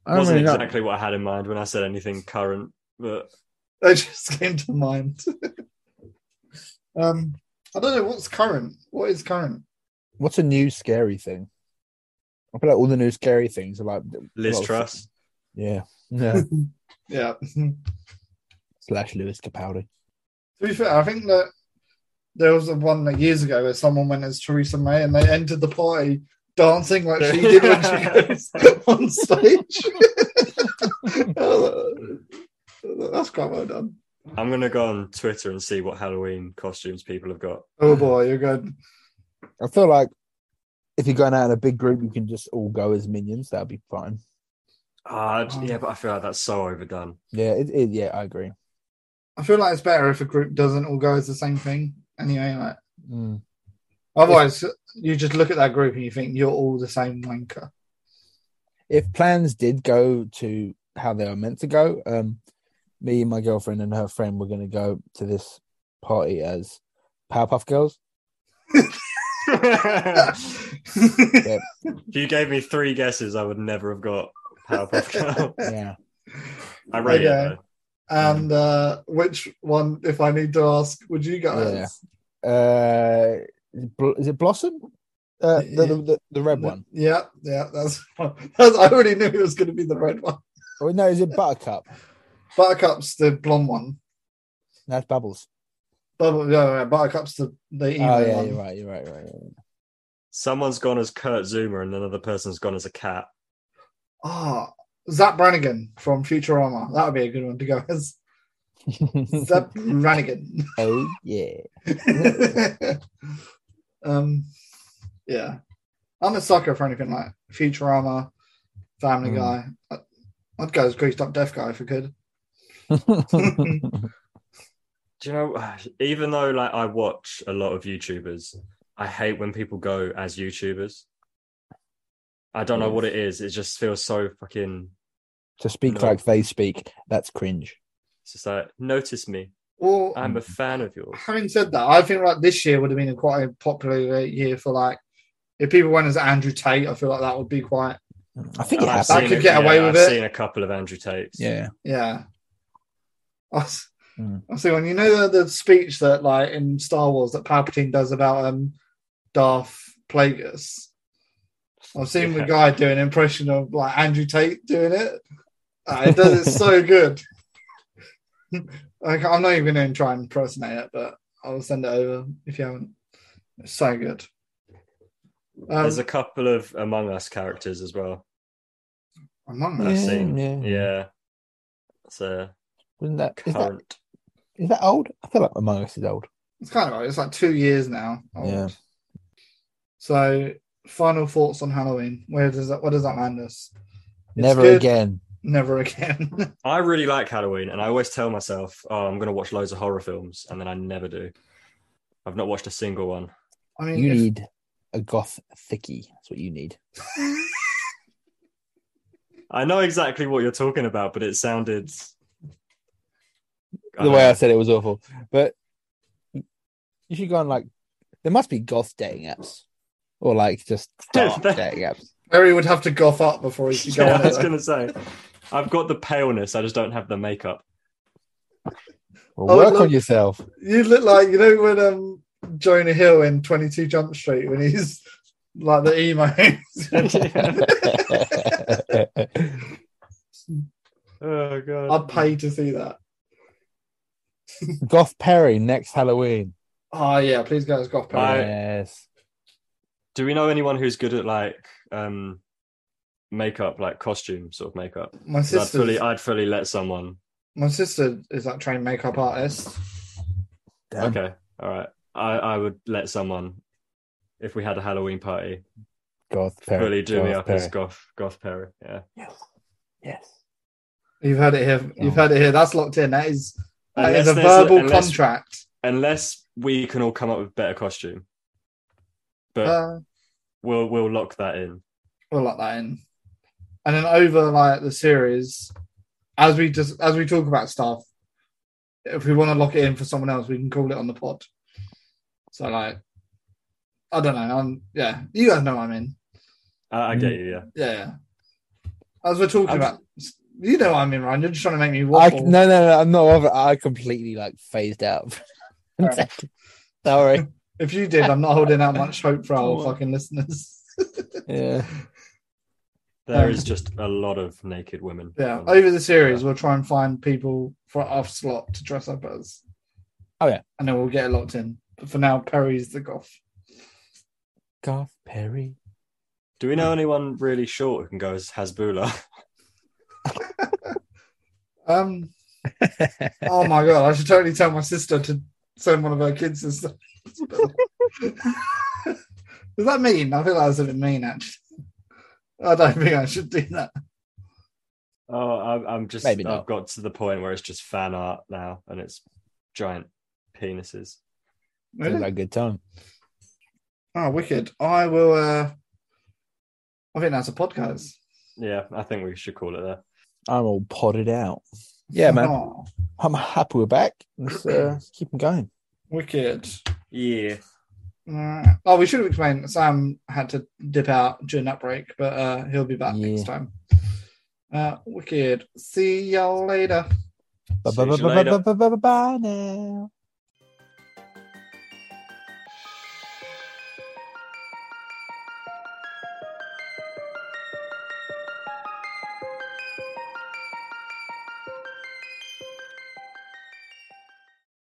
Speaker 4: I
Speaker 2: wasn't
Speaker 4: mean, that-
Speaker 2: exactly what I had in mind when I said anything current, but
Speaker 1: They just came to mind. um I don't know what's current. What is current?
Speaker 4: What's a new scary thing? I feel like all the new scary things are like,
Speaker 2: Liz
Speaker 4: Well,
Speaker 2: Truss.
Speaker 4: yeah, yeah.
Speaker 1: Yeah.
Speaker 4: slash Lewis Capaldi.
Speaker 1: To be fair, I think that there was a one like years ago where someone went as Theresa May and they entered the party dancing like she did when she goes on stage. That's quite well done.
Speaker 2: I'm gonna go on Twitter and see what Halloween costumes people have got.
Speaker 1: Oh boy, you're good.
Speaker 4: I feel like if you're going out in a big group, you can just all go as minions. That'd be fine.
Speaker 2: Uh,
Speaker 4: Oh.
Speaker 2: yeah, but I feel like that's so overdone.
Speaker 4: Yeah, it, it, yeah, I agree.
Speaker 1: I feel like it's better if a group doesn't all go as the same thing. Anyway, like
Speaker 4: Mm.
Speaker 1: otherwise, you just look at that group and you think you're all the same wanker.
Speaker 4: If plans did go to how they were meant to go, um, me, my girlfriend, and her friend were going to go to this party as Powerpuff Girls. Yep.
Speaker 2: If you gave me three guesses, I would never have got Powerpuff Girl.
Speaker 4: Yeah,
Speaker 2: I rate
Speaker 1: Okay.
Speaker 2: it
Speaker 1: and uh, which one, if I need to ask, would you guys?
Speaker 4: Yeah. uh, is it Bl- is it Blossom? Uh, the, the, the the red one.
Speaker 1: Yeah, yeah, that's, that's I already knew it was going to be the red one.
Speaker 4: Or Oh, no, is it Buttercup?
Speaker 1: Buttercup's the blonde one.
Speaker 4: That's Bubbles.
Speaker 1: Bubble, no, no, Buttercup's the the emo
Speaker 4: Oh yeah,
Speaker 1: one.
Speaker 4: you're right. You're right. You're right. you're right.
Speaker 2: Someone's gone as Kurt Zuma and another person's gone as a cat.
Speaker 1: Ah, Zap Brannigan from Futurama. That would be a good one to go as. Zap Brannigan.
Speaker 4: oh yeah.
Speaker 1: um, yeah, I'm a sucker for anything like Futurama, Family
Speaker 4: Hmm.
Speaker 1: Guy. I- I'd go as greased up deaf guy if I could.
Speaker 2: Do you know? Even though like I watch a lot of YouTubers, I hate when people go as YouTubers. I don't know what it is. It just feels so fucking.
Speaker 4: to speak
Speaker 2: No.
Speaker 4: like they speak, that's cringe.
Speaker 2: It's just like notice me.
Speaker 1: Or
Speaker 2: I'm a fan of yours.
Speaker 1: having said that, I think like this year would have been a quite a popular year for like if people went as Andrew Tate, I feel like that would be quite
Speaker 4: I think it
Speaker 2: I've
Speaker 1: That
Speaker 4: happened.
Speaker 2: seen
Speaker 1: could
Speaker 2: it-
Speaker 1: get
Speaker 2: yeah,
Speaker 1: away with
Speaker 2: I've
Speaker 1: it.
Speaker 2: seen a couple of Andrew Tates.
Speaker 4: Yeah.
Speaker 1: Yeah. I was,
Speaker 4: Hmm.
Speaker 1: I was thinking, you know the, the speech that like in Star Wars that Palpatine does about um Darth Plagueis. I've seen the
Speaker 2: Yeah.
Speaker 1: guy do an impression of like Andrew Tate doing it. Uh, it does it so good. like, I'm not even going to try and impersonate it, but I'll send it over if you haven't. It's so good. Um,
Speaker 2: There's a couple of Among Us characters as well.
Speaker 1: among
Speaker 2: I've
Speaker 1: us.
Speaker 2: seen.
Speaker 4: yeah.
Speaker 2: Yeah. It's a
Speaker 4: Wasn't that is that
Speaker 2: current.
Speaker 4: is that old? I feel like Among Us is old.
Speaker 1: It's kind of old. It's like two years now. old.
Speaker 4: Yeah.
Speaker 1: So, final thoughts on Halloween. Where does that? Where does that land us? It's
Speaker 4: Never
Speaker 1: good.
Speaker 4: again.
Speaker 1: Never again.
Speaker 2: I really like Halloween, and I always tell myself, "Oh, I'm going to watch loads of horror films," and then I never do. I've not watched a single one.
Speaker 1: I mean,
Speaker 4: You
Speaker 1: if-
Speaker 4: need a goth thicky. That's what you need.
Speaker 2: I know exactly what you're talking about, but it sounded
Speaker 4: The way I said it was awful. But you should go on like there must be goth dating apps. Or like just dark dating apps.
Speaker 1: Harry would have to goff up before he could go
Speaker 2: Yeah,
Speaker 1: on.
Speaker 2: I was
Speaker 1: it.
Speaker 2: going to say, I've got the paleness. I just don't have the makeup. Oh,
Speaker 4: Well,
Speaker 1: I would
Speaker 4: work
Speaker 1: love-
Speaker 4: on yourself.
Speaker 1: You look like you know when um Jonah Hill in Twenty Two Jump Street when he's like the emo.
Speaker 2: Oh god!
Speaker 1: I'd pay to see that.
Speaker 4: goth Perry next Halloween.
Speaker 1: Oh yeah, please go as Goff Perry.
Speaker 2: I-
Speaker 4: Yes.
Speaker 2: Do we know anyone who's good at like um makeup, like costume sort of makeup?
Speaker 1: my
Speaker 2: 'Cause I'd
Speaker 1: sister,
Speaker 2: fully, I'd fully let someone.
Speaker 1: my sister is like trained makeup artist.
Speaker 4: Damn.
Speaker 2: Okay, all right. I, I would let someone if we had a Halloween party.
Speaker 4: Goth Perry.
Speaker 2: fully do me
Speaker 4: Goth
Speaker 2: up as
Speaker 4: Perry.
Speaker 2: Goth Goth Perry. Yeah,
Speaker 4: Yes.
Speaker 1: You've heard it here. You've
Speaker 4: Oh.
Speaker 1: heard it here. That's locked in. That is that is
Speaker 2: Unless
Speaker 1: a
Speaker 2: there's a-
Speaker 1: verbal
Speaker 2: unless-
Speaker 1: contract.
Speaker 2: unless we can all come up with better costume, but
Speaker 1: Uh,
Speaker 2: we'll we'll lock that in.
Speaker 1: we'll lock that in. And then over like the series, as we just as we talk about stuff, if we want to lock it in for someone else, we can call it on the pod. So like, I don't know. I'm yeah. You guys know what I mean.
Speaker 2: I, I get you. Yeah,
Speaker 1: Yeah. yeah. As we're talking
Speaker 2: I'm-
Speaker 1: about, you know what I mean, Ryan. You're just trying to make me
Speaker 4: I,
Speaker 1: waffle.
Speaker 4: no, no, no. I'm not. over- I completely like phased out.
Speaker 1: Fair
Speaker 4: Sorry.
Speaker 1: If you did, I'm not holding out much hope for
Speaker 4: Go
Speaker 1: our
Speaker 4: on.
Speaker 1: fucking listeners.
Speaker 4: Yeah.
Speaker 2: There is just a lot of naked women.
Speaker 1: Yeah,
Speaker 2: on-
Speaker 1: over the series, we'll try and find people for our slot to dress up as.
Speaker 4: Oh, yeah.
Speaker 1: and then we'll get it locked in. But for now, Perry's the goth.
Speaker 4: Garth Perry.
Speaker 2: Do we know anyone really short who can go as Hasbullah?
Speaker 1: Um, oh my god, I should totally tell my sister to send one of her kids this. Does that mean? I feel like that's a bit mean, actually. I don't think I should do that.
Speaker 2: Oh, I'm, I'm just.
Speaker 4: Maybe
Speaker 2: I've
Speaker 4: not.
Speaker 2: got to the point where it's just fan art now, and it's giant penises.
Speaker 4: Sounds
Speaker 1: Really?
Speaker 4: like a good time.
Speaker 1: Oh, wicked! I will. uh I think that's a podcast.
Speaker 2: Yeah, I think we should call it that.
Speaker 4: I'm all potted out. Yeah, man.
Speaker 1: Oh,
Speaker 4: I'm happy we're back. Let's uh, keep 'em going.
Speaker 1: wicked.
Speaker 2: Yeah.
Speaker 1: Alright. Oh, we should have explained. Sam had to dip out during that break, but uh he'll be back
Speaker 4: Yeah.
Speaker 1: next time. Uh Wicked. See y'all later.
Speaker 4: Bye
Speaker 2: See
Speaker 4: bye
Speaker 2: you
Speaker 4: bye bye
Speaker 2: later.
Speaker 4: bye bye bye bye now.